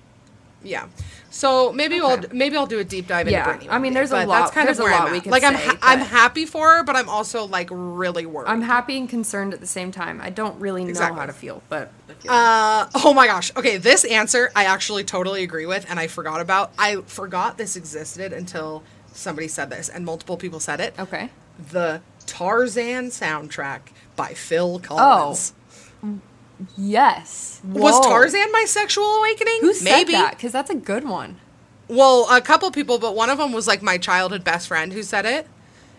Yeah. So maybe we
Okay.
will maybe I'll do a deep dive into
Yeah,
Britney.
I
one
mean,
day,
there's a
but
lot-
That's kind
there's
of
a
where
lot
I'm
we
at.
could
Like I'm
say,
ha- I'm
but-
happy for her, but I'm also like really worried.
I'm happy and concerned at the same time. I don't really know
Exactly.
how to feel, but
uh, oh my gosh. Okay, this answer I actually totally agree with, and I forgot about. I forgot this existed until somebody said this, and multiple people said it.
okay.
The Tarzan soundtrack by
Oh.
Phil Collins.
Yes.
Was
Whoa.
Tarzan my sexual awakening?
Who said
Maybe.
that? Because that's a good one.
Well, a couple people, but one of them was like my childhood best friend who said it.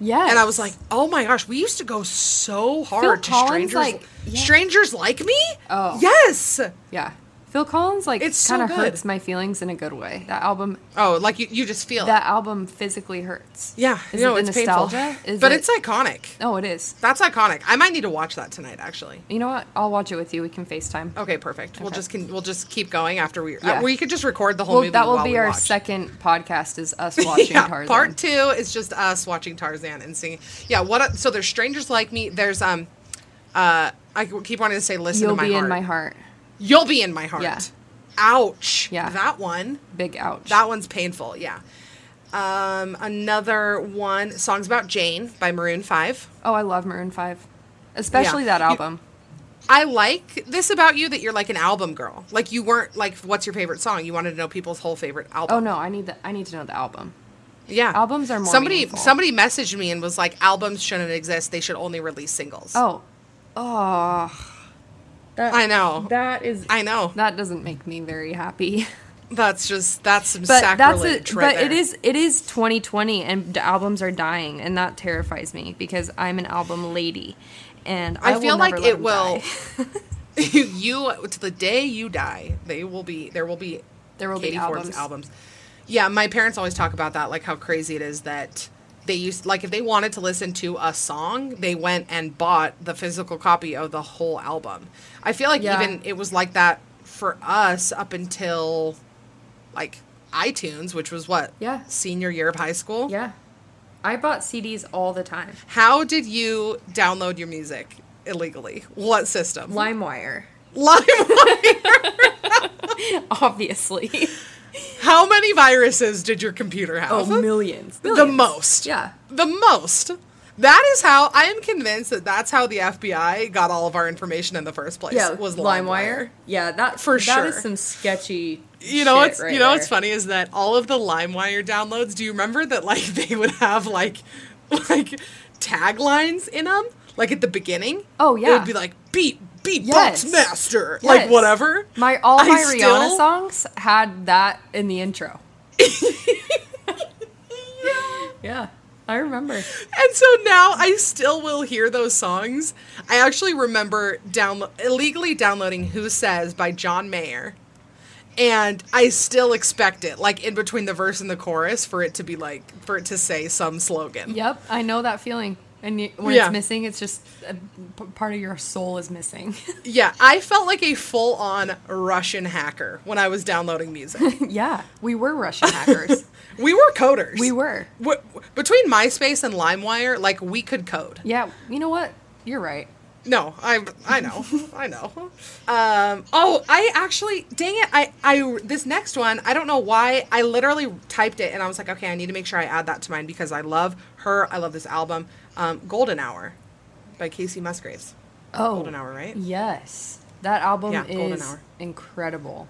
Yes.
And I was like, "Oh my gosh, we used to go so hard to
Collins,
strangers.
like- yeah.
Strangers like me?
Oh.
yes.
yeah. Phil Collins like
It's so
kind of
good.
hurts my feelings in a good way. That album,
Oh, like you, you just feel
that
it.
album physically hurts.
Yeah,
Is
no,
it the
it's
nostalgia?
painful.
Is
but
it-
it's iconic.
Oh, it is.
That's iconic. I might need to watch that tonight, actually.
You know what? I'll watch it with you. We can Facetime.
Okay, perfect. We'll
Okay.
just can, we'll just keep going after we.
Yeah.
Uh, we could just record the whole
Well,
movie.
that will
while
be
we
our
watch. (laughs)
second podcast. Is us watching
yeah,
Tarzan.
Part two is just us watching Tarzan and singing. Yeah, what? A, so there's strangers like me. There's um, uh, I keep wanting to say listen
You'll
to my
be
heart.
in my heart.
You'll be in my heart.
Yeah.
Ouch.
Yeah.
That one.
Big ouch.
That one's painful. Yeah. Um, another one. Songs about Jane by Maroon Five.
oh, I love Maroon Five, especially
Yeah.
that
You-
album.
I like this about you that you're like an album girl. Like you weren't like, what's your favorite song? You wanted to know people's whole favorite album.
oh no, I need the I need to know the album.
Yeah,
albums are more
Somebody
meaningful.
somebody messaged me and was like, albums shouldn't exist. They should only release singles.
Oh, oh, that,
I know.
That is
I know.
that doesn't make me very happy. (laughs)
That's just that's some
But that's
sacrilege.
it.
right
But it
there.
is it is 2020, and the albums are dying, and that terrifies me because I'm an album lady, and I,
I, feel
will
like
never let
it
'em
will.
die.
(laughs)
(laughs)
you to the day you die, they will be. There will be.
There will be
Katie Forbes
albums.
albums. Yeah, my parents always talk about that, like how crazy it is that they used like if they wanted to listen to a song, they went and bought the physical copy of the whole album. I feel like
Yeah.
even it was like that for us up until like iTunes, which was what
Yeah.
senior year of high school.
Yeah, I bought CDs all the time.
How did you download your music illegally? What system?
LimeWire,
LimeWire.
obviously.
(laughs) How many viruses did your computer have?
(laughs) oh, millions,
The
Millions.
most.
Yeah.
The most. That is how I am convinced that that's how the FBI got all of our information in the first place.
Yeah,
was LimeWire.
LimeWire. Yeah, that
For
That is
sure.
some sketchy.
You know
shit
what's
right
you know
there.
what's funny is that all of the LimeWire downloads. Do you remember that like (laughs) they would have like like taglines in them like at the beginning?
Oh,
it
yeah.
would be like beat beat
Yes.
box master like
Yes.
whatever.
My all
I
my
still-
Rihanna songs had that in
(laughs)
the intro. yeah, I remember.
And so now I still will hear those songs. I actually remember downlo- illegally downloading Who Says by John Mayer. And I still expect it, like in between the verse and the chorus, for it to be like, for it to say some slogan.
Yep, I know that feeling. and you, when
Yeah.
it's missing, it's just a p- part of your soul is missing. (laughs)
Yeah, I felt like a full on Russian hacker when I was downloading
(laughs)
music.
yeah, we were Russian
(laughs)
hackers.
we were coders.
we were.
W- between MySpace and LimeWire, like we could code.
Yeah, you know what? You're right.
No, I I know, I know. Um, oh, I actually, dang it, I I this next one, I don't know why, I literally typed it and I was like, okay, I need to make sure I add that to mine because I love her, I love this album, um, Golden Hour, by Casey Musgraves.
Oh,
Golden Hour, right?
Yes, that album
Yeah, Golden
is
Hour.
incredible.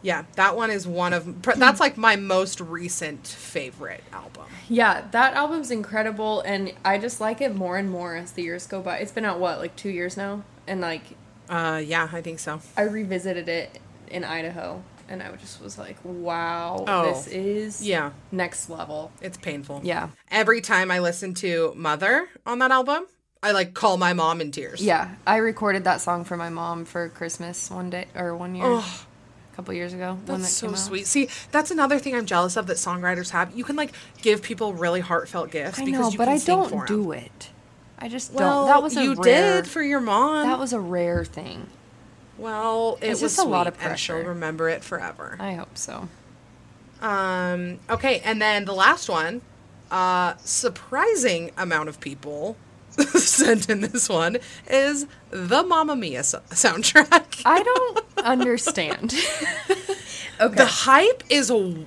Yeah, that one is one of pr- that's like my most recent favorite album.
Yeah, that album's incredible, and I just like it more and more as the years go by. It's been out what, like two years now, and like
Uh, yeah, I think so.
I revisited it in Idaho, and I just was like, wow,
Oh,
this is
yeah.
next level.
It's painful.
Yeah.
Every time I listen to Mother on that album, I like call my mom in tears.
Yeah, I recorded that song for my mom for Christmas one day or one year, a couple years ago. when that
That's so
came out.
sweet. See, that's another thing I'm jealous of that songwriters have. You can like give people really heartfelt gifts
I
because
know,
you
but
can
I
sing
don't
for 'em.
do it. I just
Well,
don't. That was a
you
rare,
did for your mom.
that was a rare thing.
well, it
It's
was
just a lot
sweet,
of
and she'll
pressure.
remember it forever.
I hope so.
Um, okay, and then the last one. Uh, surprising amount of people (laughs) sent in this one is the Mamma Mia so- soundtrack. (laughs)
I don't understand. okay.
The hype is w-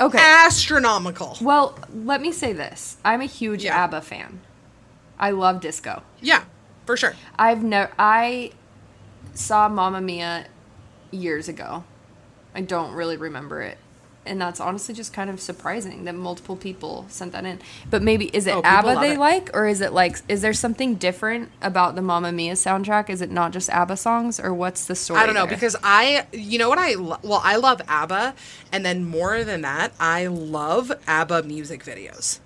okay.
astronomical.
well, let me say this. I'm a huge
Yeah.
ABBA fan. I love disco.
Yeah, for sure.
I've never I saw Mamma Mia years ago. I don't really remember it. And that's honestly just kind of surprising that multiple people sent that in. But maybe is it
Oh, people
ABBA
love
they
it.
like or is it like is there something different about the Mamma Mia soundtrack? Is it not just ABBA songs or what's the story?
I don't know
there?
because I, you know what I, lo- well, I love ABBA, and then more than that, I love ABBA music videos.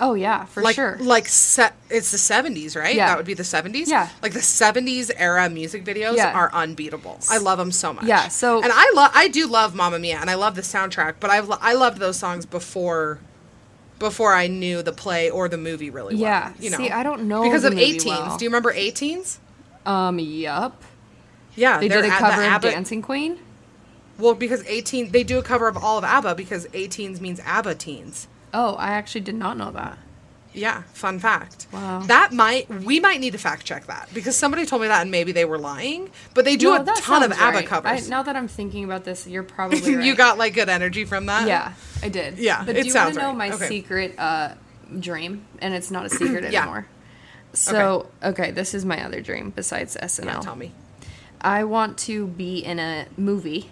Oh yeah, for
like,
sure.
Like se- it's the seventies, right?
Yeah.
That would be the seventies.
Yeah.
Like the seventies era music videos
Yeah.
are unbeatable. I love them so much.
Yeah, so-
and I love, I do love Mamma Mia, and I love the soundtrack, but I, lo- I loved those songs before. Before I knew the play or the movie really well,
Yeah.
you know.
See, I don't know
because
the
of
movie
18s.
well.
Do you remember 18s?
Um, yup.
Yeah,
They
they're
did a
at the
cover of
ABBA
Dancing Queen.
Well, because 18, they do a cover of all of ABBA because 18s means ABBA teens.
Oh, I actually did not know that.
Yeah, fun fact.
Wow.
That might, we might need to fact check that because somebody told me that and maybe they were lying, but they do
No,
a
that
ton of
sounds
ABBA
right.
covers. (laughs)
I, now that I'm thinking about this, you're probably right.
you got like good energy from that?
Yeah, I did.
Yeah,
but
it
do you
sounds
want to know
right.
my
Okay.
secret uh, dream? And
(clears throat)
it's not a secret
Yeah.
anymore. So okay, this is my other dream besides SNL.
Yeah, tell me.
I want to be in a movie,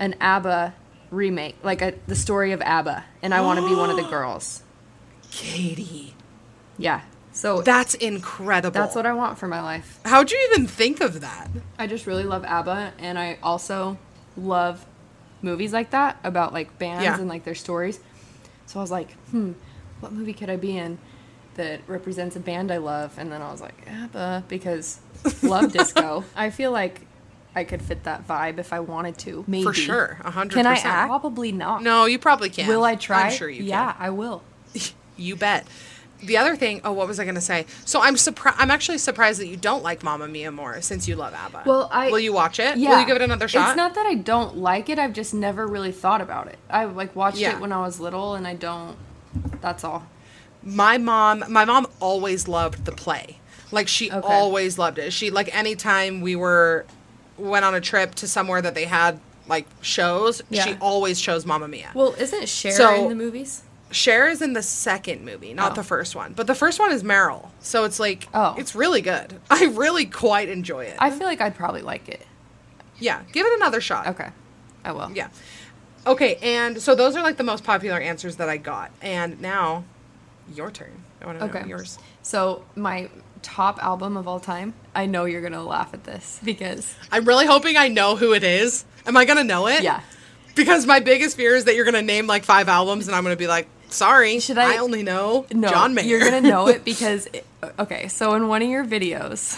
an ABBA remake, like a, the story of ABBA, and I want to be one
(gasps)
of the girls.
Katie.
Yeah. So
That's incredible.
that's what I want for my life.
How'd you even think of that?
I just really love ABBA, and I also love movies like that about like bands
Yeah.
and like their stories. So I was like, hmm, what movie could I be in that represents a band I love? And then I was like, ABBA,
(laughs)
because love disco. I feel like I could fit that vibe if I wanted to. Maybe
sure, a hundred
Can I
percent.
act? Probably not.
No, you probably can.
Will I try?
I'm sure you can.
Yeah, I will.
You bet. The other thing, oh, what was I going to say? So I'm surprised. I'm actually surprised that you don't like Mamma Mia more since you love ABBA.
Well, I
will you watch it?
Yeah,
Will you give it another shot?
It's not that I don't like it. I've just never really thought about it. I like watched
Yeah.
it when I was little, and I don't. That's all.
my mom. My mom always loved the play. Like she
Okay.
always loved it. She like anytime we were went on a trip to somewhere that they had like shows, she
Yeah.
always chose Mamma Mia.
Well, isn't Cher
So-
in the movies?
Cher is in the second movie, not
Oh.
the first one. But the first one is Meryl, so it's like
Oh.
it's really good. (laughs) I really quite enjoy it.
I feel like I'd probably like it.
yeah, give it another shot.
Okay, I will.
Yeah. Okay, and so those are like the most popular answers that I got. And now, your turn. I want to know
Okay.
yours.
So my top album of all time. I know you're gonna laugh at this because
I'm really hoping I know who it is. Am I gonna know it? (laughs)
Yeah.
Because my biggest fear is that you're gonna name like five albums, and I'm gonna be like, sorry,
Should I-
only know
no,
John Mayer.
you're
(laughs)
gonna know it because it, okay. So in one of your videos,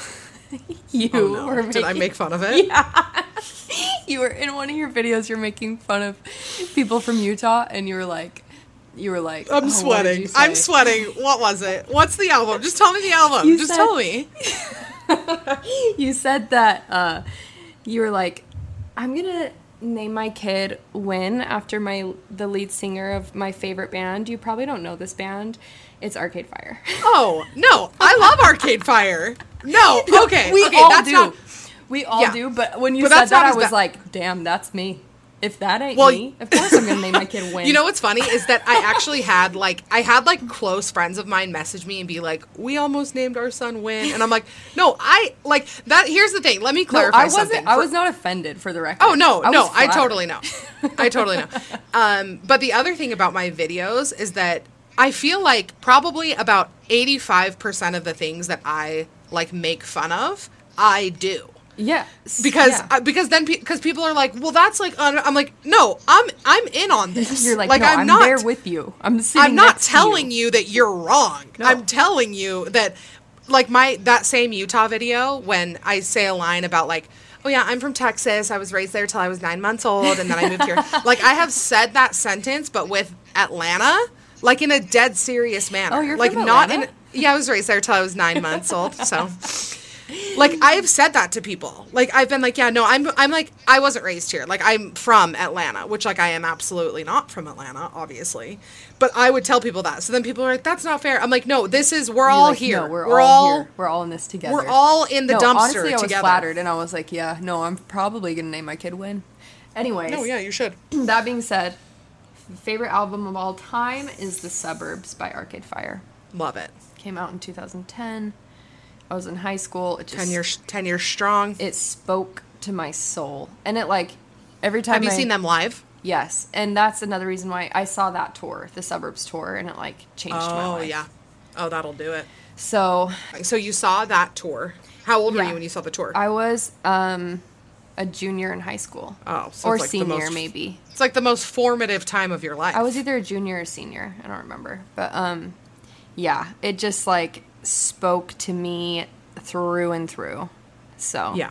(laughs) you
Oh, no.
were
Did I
making-
make fun of it?
you were in one of your videos you're making fun of people from utah and you were like You were like,
I'm
oh, what did
sweating.
you say?
I'm sweating. What was it? What's the album? Just tell me
(laughs)
the album.
You
Just
said-
tell me.
You said that uh, you were like, I'm gonna name my kid Win after my the lead singer of my favorite band. You probably don't know this band. It's Arcade Fire. (laughs)
Oh no, I love Arcade Fire.
(laughs)
No, okay,
we
okay,
all
that's
do.
not.
we all
Yeah.
do. But when you
But
said
that's
that,
not
I
as
was
ba-
like, damn, that's me. If that ain't
Well,
me, of course I'm gonna name my kid
(laughs)
Win.
You know what's funny is that I actually had like I had like close friends of mine message me and be like, "We almost named our son Win," and I'm like, "No, I like that." Here's the thing. Let me
No,
clarify
I wasn't.
something.
I
for-
was not offended for the record.
Oh no,
I
no,
was
I
flattered.
totally know. I totally
(laughs)
know. Um, but the other thing about my videos is that I feel like probably about eighty-five percent of the things that I like make fun of, I do
Yeah,
because
yeah.
uh, because then because people are like, well, that's like un-. I'm like, no, I'm I'm in on this.
(laughs) (laughs) you're like, no, I'm, there with you. I'm sitting.
I'm not
next to
telling you. that you're wrong.
No.
I'm telling you that, like my that same Utah video when I say a line about like, oh yeah, I'm from Texas. I was raised there till I was nine months old, and then I
(laughs)
moved here. like I have said that sentence, but with Atlanta, like in a dead serious manner.
Oh, you're
like
from
not
Atlanta?
in. Yeah, I was raised there till I was nine months old.
(laughs)
So. Like I've said that to people. Like I've been like, yeah, no, I'm I'm like I wasn't raised here. Like I'm from Atlanta, which like I am absolutely not from Atlanta, obviously. But I would tell people that. So then people are like, that's not fair. I'm like, no, this is we're
You're
all
like,
here.
No,
we're,
we're,
all,
all here. We're all in this together.
we're all in the
no,
dumpster
Honestly, I was
together.
flattered, and I was like, yeah, no, I'm probably gonna name my kid Win. Anyways,
No, yeah, you should.
(clears throat) that being said, favorite album of all time is "The Suburbs" by Arcade Fire.
Love it.
Came out in 2010. I was in high school. It just
Ten years ten years strong.
it spoke to my soul, and it like every time
Have you
I-
seen them live?
Yes, and that's another reason why I saw that tour, the suburbs tour, and it like changed my
Oh
life.
yeah. Oh, that'll do it.
So
So you saw that tour. How old were
Yeah.
you when you saw the tour?
I was um a junior in high school.
Oh, so
or
it's like the
senior
most-
maybe.
it's like the most formative time of your life.
I was either a junior or senior. I don't remember, but um, yeah, it just like spoke to me through and through. So
Yeah.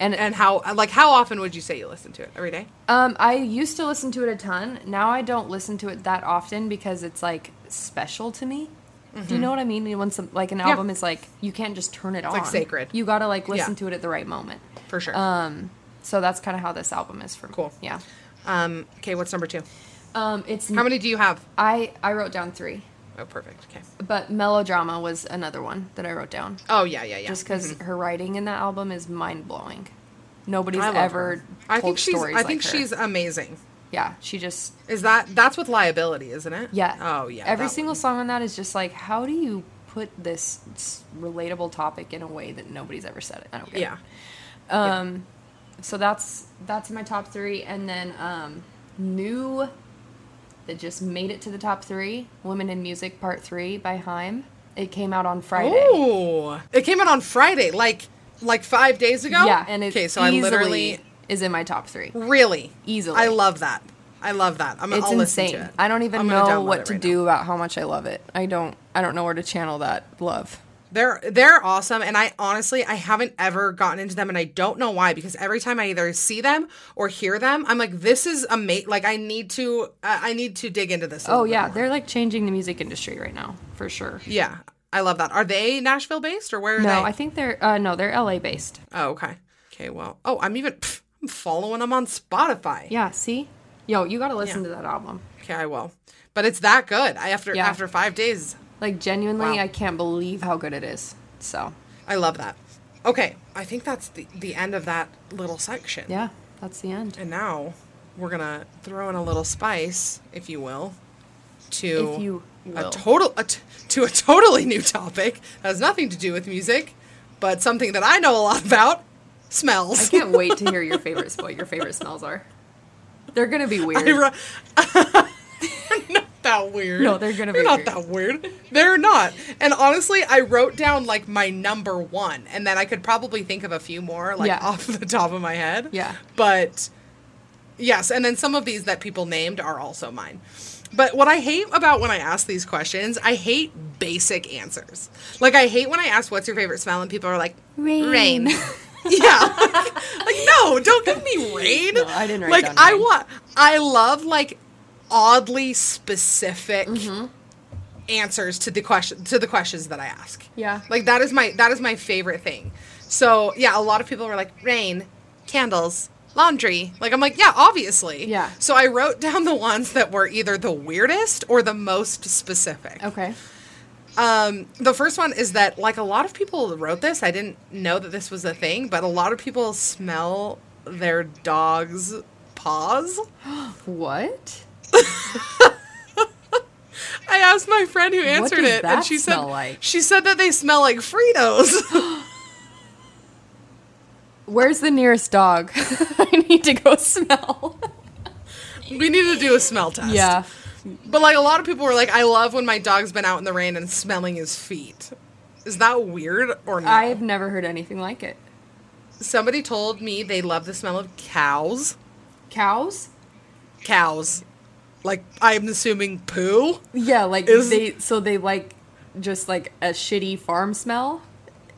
and
And how like how often would you say you listen to it? Every day?
Um, I used to listen to it a ton. Now I don't listen to it that often because it's like special to me. Do
Mm-hmm.
you know what I mean? When some like an album is like you can't just turn it on.
like, sacred.
You gotta like listen
Yeah.
to it at the right moment.
For sure.
Um, So that's kind of how this album is for me.
Cool.
Yeah.
um, okay, what's number two?
Um, it's
How many do you have?
I I wrote down three,
Oh, perfect. Okay.
but melodrama was another one that I wrote down.
Oh yeah, yeah, yeah.
Just because her writing in that album is mind blowing. Nobody's
I love
ever
her.
told
I think she's.
stories
I think
like her.
she's amazing.
yeah. She just
Is that that's with liability, isn't it?
Yeah.
Oh yeah.
Every
that
single
one.
song on that is just like, how do you put this s- relatable topic in a way that nobody's ever said it? I don't get
Yeah.
it. Um, so that's that's my top three, and then um, new that just made it to the top three: "Women in Music Part Three by Haim. It came out on Friday.
Oh, Ooh. It came out on Friday, like like five days ago.
Yeah, and it
okay. So
easily
I literally
is in my top three.
really
Easily.
I love that. I love that. I'm.
It's
I'll
insane.
Listen to it.
I don't even
I'm gonna
know
download
what
it
to
right now.
do about how much I love it. I don't. I don't know where to channel that love.
They're they're awesome and I honestly I haven't ever gotten into them and I don't know why because every time I either see them or hear them I'm like this is amazing like I need to uh, I need to dig into this. a
Oh
little bit
yeah,
more.
they're like changing the music industry right now for sure.
yeah. I love that. Are they Nashville based or where are they?
No, I think they're uh, no, they're LA based.
Oh okay. Okay, well. Oh, I'm even pff, I'm following them on Spotify.
Yeah, see, yo, you gotta listen to that album.
Okay, I will. But it's that good. I after
Yeah.
after 5 days.
Like genuinely,
Wow.
I can't believe how good it is. So
I love that. Okay, I think that's the the end of that little section.
yeah, that's the end.
And now we're gonna throw in a little spice, if you will, to
If you
a
will.
total a t- to a totally new topic that has nothing to do with music, but something that I know a lot about:
I
smells.
can't wait to hear your favorite what your favorite smells are. They're gonna be weird.
They're (laughs) not that weird.
No, they're gonna be
not
weird.
that weird. They're not. And honestly, I wrote down like my number one, and then I could probably think of a few more like
Yeah.
off the top of my head.
Yeah.
But yes, and then some of these that people named are also mine. But what I hate about when I ask these questions, I hate basic answers. Like I hate when I ask what's your favorite smell and people are like
Rain.
yeah. Like, like, no, don't give me rain.
No, I didn't write
Like
down
I
rain.
want I love like oddly specific
Mm-hmm.
answers to the question to the questions that I ask.
Yeah.
Like that is my that is my favorite thing. So yeah, a lot of people were like rain, candles, laundry. Like I'm like yeah, obviously.
Yeah.
So I wrote down the ones that were either the weirdest or the most specific.
Okay.
The first one is that like a lot of people wrote this. I didn't know that this was a thing, but a lot of people smell their dog's paws.
What?
I asked my friend who answered
does
it,
that
and she said
smell like?
she said that they smell like Fritos. (laughs)
Where's the nearest dog? (laughs) I need to go smell.
we need to do a smell test.
Yeah.
but like a lot of people were like, I love when my dog's been out in the rain and smelling his feet. Is that weird or not?
(laughs) I've never heard anything like it.
Somebody told me they love the smell of cows.
Cows?
Cows, like I'm assuming poo.
Yeah, like
Is-
they so they like just like a shitty farm smell.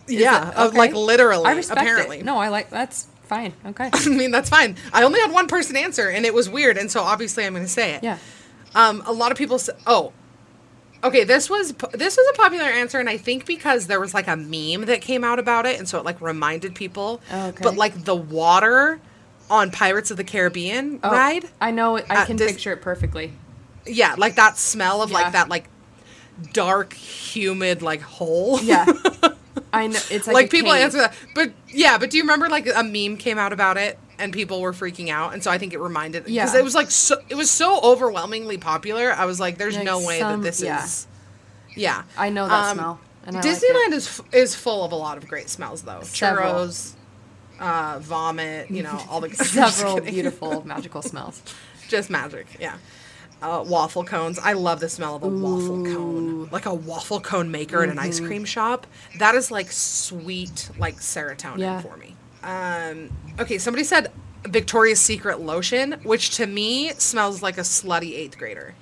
yeah, of,
Okay.
like literally.
I respect
apparently,
it. No, I like that's fine. Okay.
(laughs) I mean, that's fine. I only had one person answer, and it was weird, and so obviously I'm going to say it.
Yeah.
Um, a lot of people. s oh, okay. This was po- this was a popular answer, and I think because there was like a meme that came out about it, and so it like reminded people.
Oh, okay.
But like the water on Pirates of the Caribbean
Oh,
ride,
I know it, I
Uh,
can
this-
picture it perfectly.
yeah, like that smell of
Yeah.
like that like dark, humid like hole.
Yeah. (laughs) I know it's like,
like,
a
people
cave.
answer that. (laughs) But yeah, but do you remember like a meme came out about it and people were freaking out, and so I think it reminded because
Yeah.
it was like so it was so overwhelmingly popular. I was like, there's
Like,
no way
some-
that this
yeah.
is. Yeah, Um,
I know that smell, and I like it.
Disneyland is f- is full of a lot of great smells though.
Several.
Churros, uh, vomit, you know, all the (laughs) I'm just
several
kidding. (laughs)
beautiful magical smells.
just magic. Yeah. Uh, waffle cones. I love the smell of a waffle cone, like a waffle cone maker in an
Mm-hmm.
ice cream shop. That is like sweet, like serotonin
Yeah.
for me. Um, okay, somebody said Victoria's Secret lotion, which to me smells like a slutty eighth grader.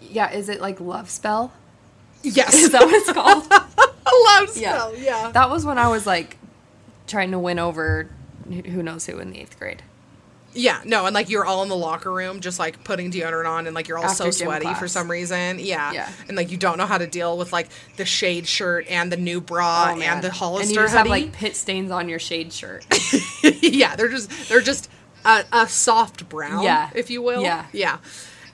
Yeah, is it like love spell? (laughs)
(laughs) Yes,
Is that what it's called?
a love
Yeah.
smell. Yeah,
That was when I was like trying to win over who- who knows who in the eighth grade.
yeah. No, and like you're all in the locker room, just like putting deodorant on, and like you're all
After
so
gym
sweaty for
class.
some reason. Yeah.
Yeah.
and like you don't know how to deal with like the shade shirt and the new bra
Oh, man.
Uh, and the Hollister
And you just have
hoodie.
like pit stains on your shade shirt.
(laughs) yeah, they're just they're just a, a soft brown,
Yeah.
if you will.
Yeah.
yeah.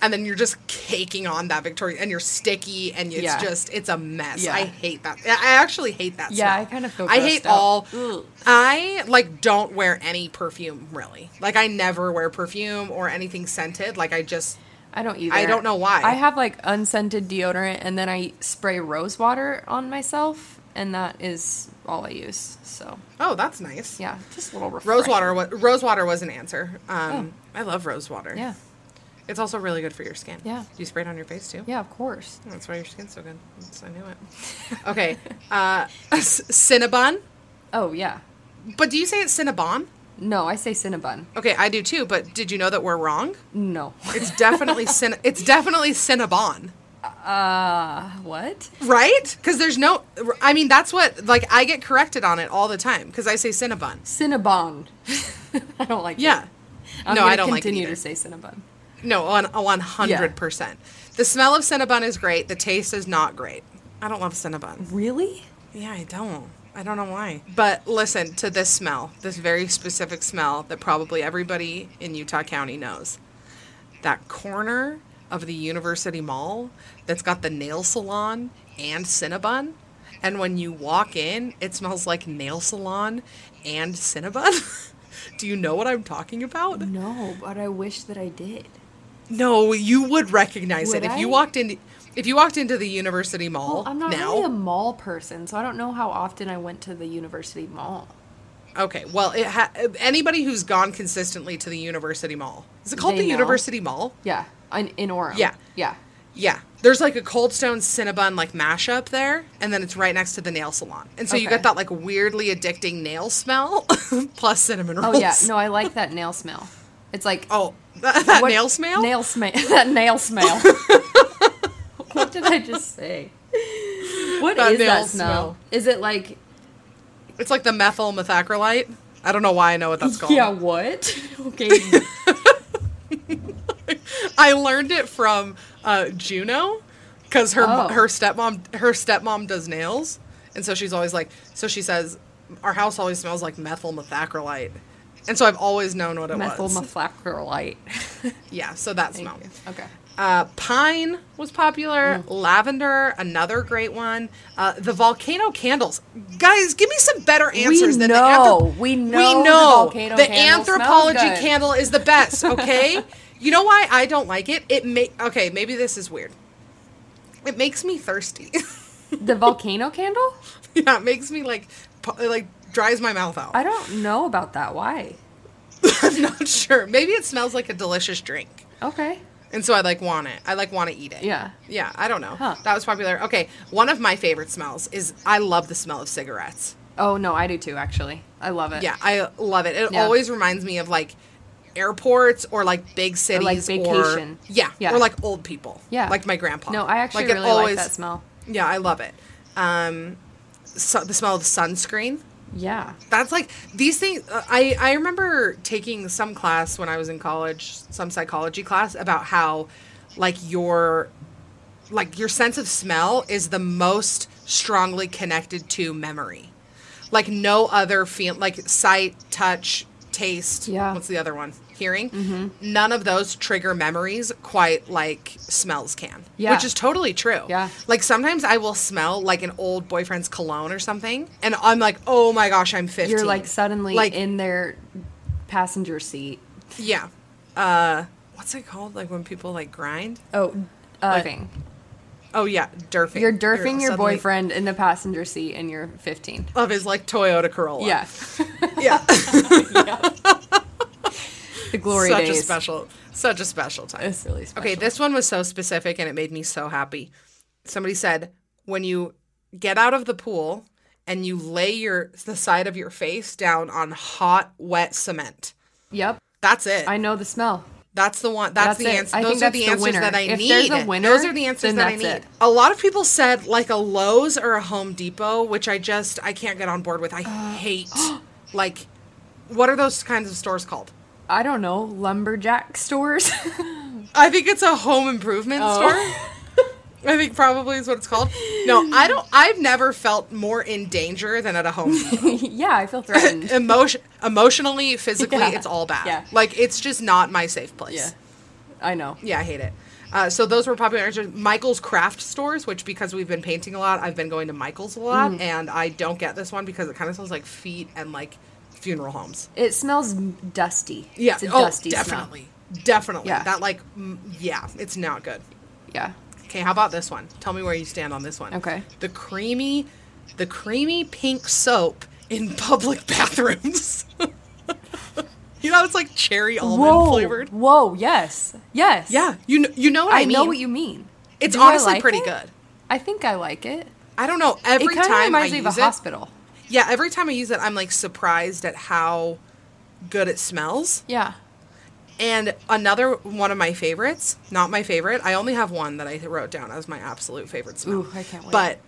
And then you're just caking on that Victoria, and you're sticky, and it's
Yeah.
just it's a mess.
Yeah.
I hate that. I I actually hate that.
Yeah,
smell.
I kind of feel
I hate
grossed out.
all.
Ugh.
I like don't wear any perfume really. Like I never wear perfume or anything scented. Like I just
I don't either.
I don't know why.
I have like unscented deodorant and then I spray rose water on myself and that is all I use. So,
oh that's nice.
yeah, just a little refresher.
Rosewater was rosewater was an answer. Um, I love rosewater.
Oh. Yeah.
it's also really good for your skin.
Yeah.
do you spray it on your face too?
Yeah, of course.
That's why your skin's so good. That's- I knew it. Okay. Uh, c- Cinnabon.
Oh, yeah.
But do you say it's Cinnabon?
No, I say Cinnabon.
Okay, I do too. But did you know that we're wrong?
No.
It's definitely cin- It's definitely Cinnabon,
Uh, what?
right? Because there's no. I mean, that's what like I get corrected on it all the time because I say Cinnabon.
Cinnabon. (laughs) I don't like
Yeah.
it. I'm
no,
gonna
I don't like it
continue
either.
to say Cinnabon.
No, on one hundred percent. The smell of Cinnabon is great. The taste is not great. I don't love Cinnabon.
Really?
Yeah, I don't. I don't know why. But listen to this smell, this very specific smell that probably everybody in Utah County knows. That corner of the University Mall that's got the nail salon and Cinnabon. And when you walk in, it smells like nail salon and Cinnabon. (laughs) Do you know what I'm talking about?
No, but I wish that I did.
No, you would recognize
Would
it if
I?
you walked in. If you walked into the University Mall
Well, I'm not
now,
really a mall person, so I don't know how often I went to the university mall.
Okay, well, it ha- anybody who's gone consistently to the University Mall. Is it called
They
the
know.
University Mall?
Yeah, in, in Orem.
Yeah.
Yeah.
Yeah. There's like a Cold Stone Cinnabon like mashup there, and then it's right next to the nail salon. And so you
Okay.
get that like weirdly addicting nail smell (laughs) plus cinnamon rolls.
Oh yeah, no, I like that nail smell. It's like
Oh, (laughs) that, that
what-
nail smell?
Nail smell. (laughs) that nail
(laughs)
smell. what did I just say? What is
That nail
that smell?
smell.
Is it like
It's like the methyl methacrylate.
(laughs)
(laughs) I don't know why I know what that's called.
yeah? What? Okay.
I learned it from uh, Juno because her
Oh.
her stepmom her stepmom does nails, and so she's always like so she says our house always smells like methyl methacrylate, and so I've always known what it
Methyl
was. (laughs)
methacrylate.
yeah, so that smell.
okay.
Uh, pine was popular.
Mm.
Lavender, another great one. Uh, the volcano candles, guys, give me some better answers than the
know.
anthrop-
We know the volcano
the
candle smells
anthropology
good.
candle is the
(laughs)
best. Okay, you know why I don't like it? It may okay, maybe this is weird. It makes me thirsty. (laughs)
The volcano candle?
yeah, it makes me like pu- it, like dries my mouth out.
I don't know about that. Why?
(laughs) I'm not sure. Maybe it smells like a delicious drink.
Okay.
And so I like want it. I like want to eat it.
Yeah.
Yeah, I don't know.
Huh.
That was popular. Okay, one of my favorite smells is I love the smell of cigarettes.
Oh no, I do too. Actually, I love it.
Yeah, I love it. It
Yeah.
always reminds me of like airports or like big cities
like, vacation.
yeah,
Yeah.
or like old people.
Yeah.
Like my grandpa.
No, I actually
like, it
really
always-
like that smell.
Yeah, I love it. Um so, the smell of sunscreen.
Yeah.
that's like these things uh, i i remember taking some class when i was in college some psychology class about how like your like your sense of smell is the most strongly connected to memory like no other feel like sight touch taste
Yeah. Mm-hmm.
what's the other one hearing none of those trigger memories quite like smells can
Yeah.
which is totally true
Yeah.
like sometimes i will smell like an old boyfriend's cologne or something and i'm like oh my gosh i'm 15
You're like suddenly
like
in their passenger seat.
yeah uh what's it called like when people like grind
Oh, uh, derfing.
oh yeah derfing
You're derfing your
suddenly-
boyfriend in the passenger seat, and you're 15.
of his like toyota corolla
Yeah. (laughs)
yeah
The glory
such
days.
a special such a special time
It's really special.
Okay, this one was so specific and it made me so happy. Somebody said, when you get out of the pool and you lay your the side of your face down on hot, wet cement.
Yep.
That's it.
I know the smell.
that's the one. That's,
That's
the
it.
answer.
I
Those
think
are
that's
the
the
answers
winner.
that I
If
need.
there's a winner,
Those are the answers
then
that I
that's
need.
it.
A lot of people said like a Lowe's or a Home Depot, which I just I can't get on board with. I
Uh,
hate
(gasps)
like what are those kinds of stores called?
I don't know lumberjack stores. (laughs)
I think it's a home improvement
Oh. (laughs)
store. I think probably is what it's called. No, I don't. I've never felt more in danger than at a home.
(laughs)
Depot.
yeah, I
(laughs)
feel threatened.
Emotion, emotionally, physically,
Yeah.
it's all bad.
Yeah.
Like it's just not my safe place.
yeah. I know.
Yeah, I hate it. Uh, so those were popular. answers. Michael's craft stores, which because we've been painting a lot, I've been going to Michael's a lot,
Mm-hmm.
and I don't get this one because it kind of sounds like feet and like funeral homes.
It smells dusty.
Yeah.
It's a
oh,
dusty
definitely, definitely.
Yeah.
That like, mm, yeah, it's not good.
smell. Yeah.
Okay, how about this one? Tell me where you stand on this one.
Okay.
The creamy, the creamy pink soap in (laughs) public bathrooms. (laughs) you know, it's like cherry almond
Whoa.
flavored.
Whoa. Yes. Yes.
Yeah, you know, you know what I,
I,
mean.
know what you mean.
It's
Do I
honestly
like
pretty
it?
good.
I think I like it.
I don't know. Every
it kind of
time
reminds
I
me of
use
a
it,
hospital.
yeah, every time I use it, I'm like surprised at how good it smells.
Yeah.
And another one of my favorites, not my favorite. I only have one that I wrote down as my absolute favorite smell.
Ooh, I can't wait.
But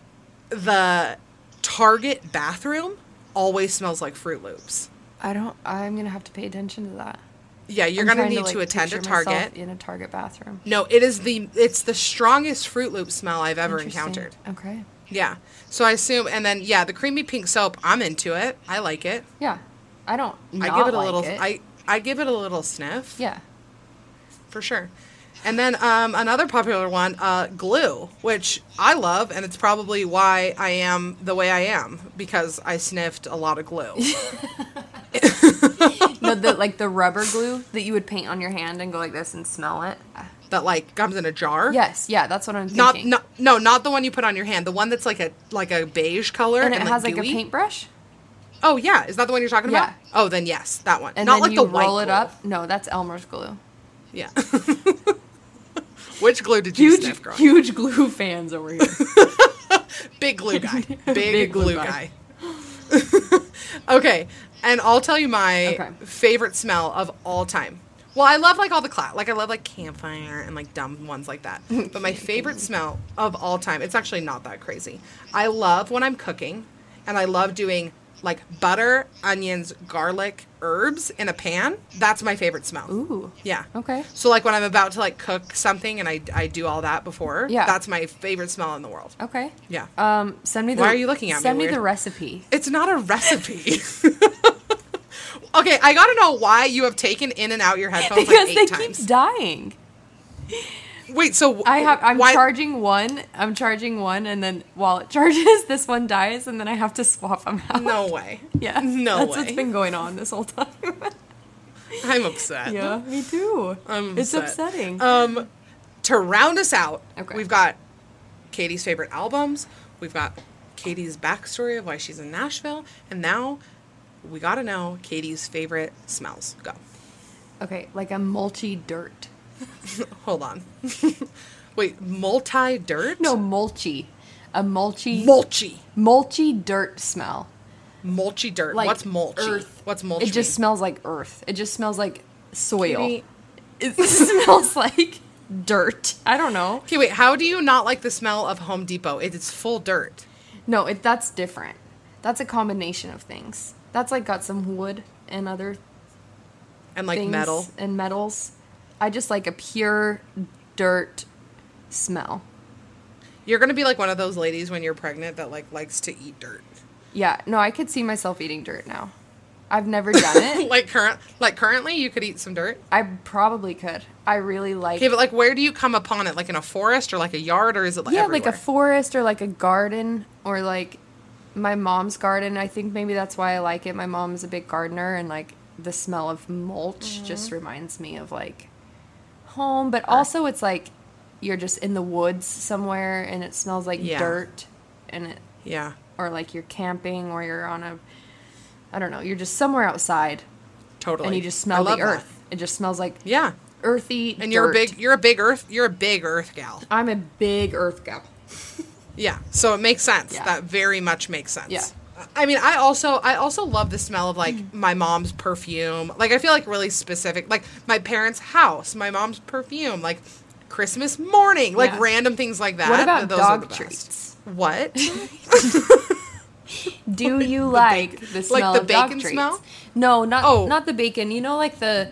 the Target bathroom always smells like Fruit Loops.
I don't. I'm gonna have to pay attention to that.
Yeah, you're
I'm
gonna
trying
need to,
like,
attend a
picture myself
Target.
in a Target bathroom.
No, it is the it's the strongest Fruit Loop smell I've ever
Interesting.
encountered.
Okay.
Yeah. So I assume, and then yeah, the creamy pink soap. I'm into it. I like it.
Yeah. I don't.
I
not
give it a
like
little.
It.
I I give it a little sniff.
Yeah.
for sure. And then um, another popular one, uh, glue, which I love, and it's probably why I am the way I am because I sniffed a lot of
(laughs)
glue.
No, the like the rubber glue that you would paint on your hand and go like this and smell it.
that like comes in a jar.
Yes. Yeah. That's what I'm
Not
thinking.
no no not the one you put on your hand. The one that's like a like a beige color
And
and,
it has
like,
like a
gooey.
paintbrush.
Oh yeah, is that the one you're talking about?
Yeah.
Oh then yes, that one.
And
not
then
like
you
the white
roll it
glue.
up. No, that's Elmer's glue.
Yeah. (laughs) Which glue did you
Huge,
sniff, girl?
(laughs) huge glue fans
(laughs)
over here.
Big glue
(laughs)
guy. Big,
Big
glue,
glue
guy.
guy.
(laughs) okay, and I'll tell you my
Okay.
favorite smell of all time. Well, I love like all the cla Like I love like campfire and like dumb ones like
(laughs)
that. But my favorite smell of all time, it's actually not that crazy. I love when I'm cooking and I love doing like butter, onions, garlic, herbs in a pan. That's my favorite smell.
Ooh.
Yeah.
Okay.
So like when I'm about to like cook something and I, I do all that before.
Yeah.
That's my favorite smell in the world.
Okay.
Yeah.
Um, send me the.
Why are you looking at me
Send me
weird?
the recipe.
It's not a recipe. (laughs) okay, I gotta know why you have taken in and out your headphones
because
like
they
eight times.
keep dying.
Wait, so
I have. I'm
why,
charging one. I'm charging one, and then while it (laughs) charges, this one dies, and then I have to swap them
(laughs)
out.
No way.
(laughs) Yeah.
No
That's
way.
what's been going on this whole time. (laughs)
I'm upset.
yeah, me too.
I'm
it's
upset.
upsetting.
Um, to round us out,
Okay.
we've got Katie's favorite albums. We've got Katie's backstory of why she's in Nashville, and now we gotta know Katie's favorite smells. Go.
okay, like a mulchy dirt.
Hold on. (laughs) Wait, multi dirt?
No, mulchy. A mulchy.
mulchy.
mulchy dirt smell.
Mulchy dirt.
Like
What's mulch?
Earth.
What's mulch?
It just
mean?
smells like earth. It just smells like soil.
Katie-
(laughs) It smells like dirt. I don't know.
Okay, wait. How do you not like the smell of Home Depot? It is full dirt.
No, it, that's different. That's a combination of things. That's like got some wood and other
And like
things
metal.
and metals. I just like a pure dirt smell.
You're gonna be like one of those ladies when you're pregnant that like likes to eat dirt.
Yeah, no, I could see myself eating dirt now. I've never done
(laughs)
it.
like current like currently you could eat some dirt.
I probably could. I really like
Okay, but like where do you come upon it? Like in a forest or like a yard or is it like
yeah, like a
everywhere?
forest or like a garden or like my mom's garden. I think maybe that's why I like it. My mom's a big gardener, and like the smell of mulch
Mm-hmm.
just reminds me of like home. But also, it's like you're just in the woods somewhere, and it smells like
Yeah.
dirt, and it
yeah.
or like you're camping or you're on a I don't know. You're just somewhere outside,
Totally.
and you just
I
smell
love
the
that.
earth. It just smells like
Yeah.
earthy.
And you're a
dirt.
big you're a big earth you're a big earth gal.
I'm a big earth gal.
Yeah. So it makes sense.
Yeah.
That very much makes sense.
Yeah. Mm.
I mean, I also I also love the smell of like my mom's perfume. Like I feel like really specific, like my parents' house, my mom's perfume, like Christmas morning, like
Yeah.
random things like that.
What about
Those are
dog
the best.
treats? (laughs)
What? (laughs)
Do you like the smell
the
of dog
bacon
treats?
smell?
No, not
Oh.
not the bacon. You know, like the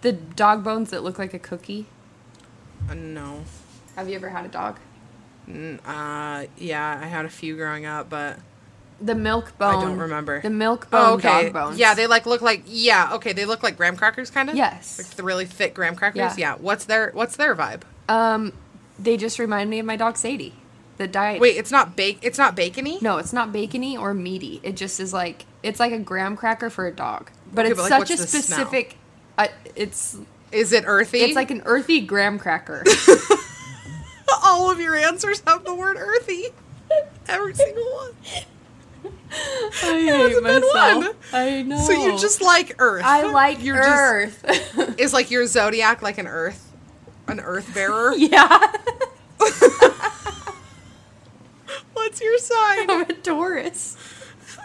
the dog bones that look like a cookie.
Uh, no.
Have you ever had a dog?
Uh, yeah, I had a few growing up, but
The milk bone.
I don't remember.
The milk bone
Oh, okay.
dog bones.
Yeah, they like look like yeah. Okay, they look like graham crackers, kind of.
Yes.
like the really thick graham crackers.
Yeah.
Yeah. What's their What's their vibe?
um they just remind me of my dog Sadie that died.
Wait, it's not bake. It's not bacony.
No, it's not bacony or meaty. It just is like it's like a graham cracker for a dog. But
Okay,
it's
but, like,
such a
what's the smell?
specific uh, it's
Is it earthy?
it's like an earthy graham cracker.
(laughs) all of your answers have the word earthy. (laughs) Every single one.
I hate
a good
myself.
one.
I know.
So you just like earth.
(laughs) I like
You're just-
earth. (laughs)
is like your zodiac like an earth, an earth bearer.
(laughs) yeah.
What's your sign?
I'm a Taurus.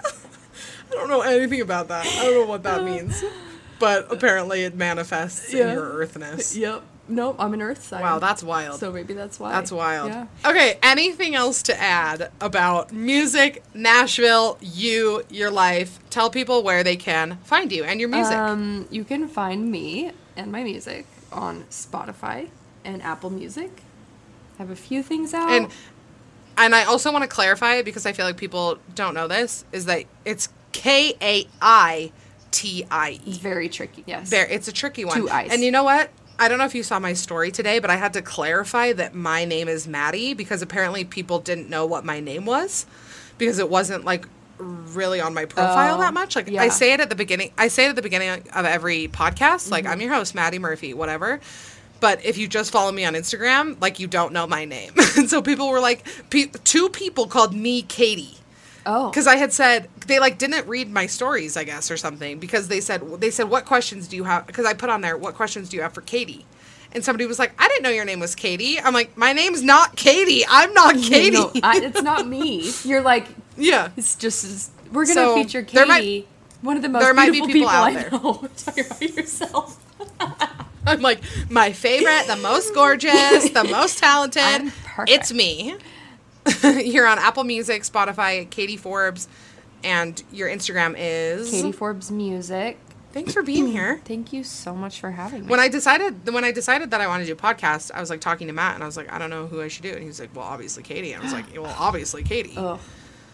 I don't know anything about that. I don't know what that
(laughs)
means. But apparently it manifests
Yeah.
in your earthness.
Yep. Nope, I'm an Earth sign.
Wow, that's wild.
so maybe that's why.
that's wild.
Yeah.
Okay, anything else to add about music, Nashville, you, your life? Tell people where they can find you and your music.
Um, you can find me and my music on Spotify and Apple Music. I have a few things out.
and and I also want to clarify because I feel like people don't know this is that it's K A I T I E.
it's very tricky. Yes.
There, it's a tricky one.
Two eyes.
And you know what? I don't know if you saw my story today, but I had to clarify that my name is Maddie because apparently people didn't know what my name was because it wasn't like really on my profile
Oh,
that much. Like
yeah.
I say it at the beginning. I say it at the beginning of every podcast. Like
Mm-hmm.
I'm your host, Maddie Murphy, whatever. But if you just follow me on Instagram, like you don't know my name. (laughs) and so people were like, pe- two people called me Katie
Oh.
because I had said they like didn't read my stories, I guess, or something. Because they said they said what questions do you have? Because I put on there what questions do you have for Katie, and somebody was like, I didn't know your name was Katie. I'm like, my name's not Katie. I'm
(laughs)
not Katie.
(laughs) No, I, it's not me. You're like,
(laughs) yeah.
it's just, it's- we're going to
So,
feature Katie,
there might-
one of the most
there might be
beautiful
people
people,
out
I
there.
know. (laughs) Talk about yourself.
I'm like my favorite, the most gorgeous, the most talented.
(laughs) I'm
(laughs)
perfect.
It's me. You're on Apple Music, Spotify, Katie Forbes, and your Instagram is.
Katie Forbes Music.
Thanks for being here.
Thank you so much for having me.
When I decided when I decided that I wanted to do a podcast, I was like talking to Matt and I was like, I don't know who I should do, and he was like, Well, obviously Katie. And I was like, Well, obviously Katie.
Ugh.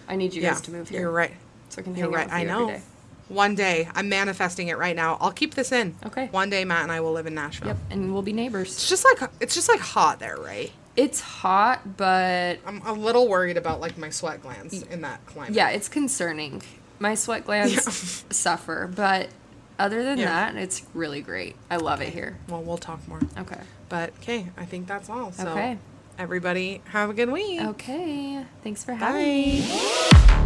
I need Oh, you
yeah,
guys to move here.
you're right.
So I can hang
You're
out
right.
with
I
you every
know.
day.
One day, I'm manifesting it right now. I'll keep this in.
Okay.
One day, Matt and I will live in Nashville.
Yep, and we'll be neighbors.
It's just like it's just like hot there, right?
It's hot, but
I'm a little worried about like my sweat glands in that climate.
yeah, it's concerning. My sweat glands (laughs) suffer, but other than
Yeah.
that, it's really great. I love it here.
Well, we'll talk more.
Okay.
But okay, I think that's all. So
Okay.
everybody have a good week.
Okay. Thanks for having me.
Bye.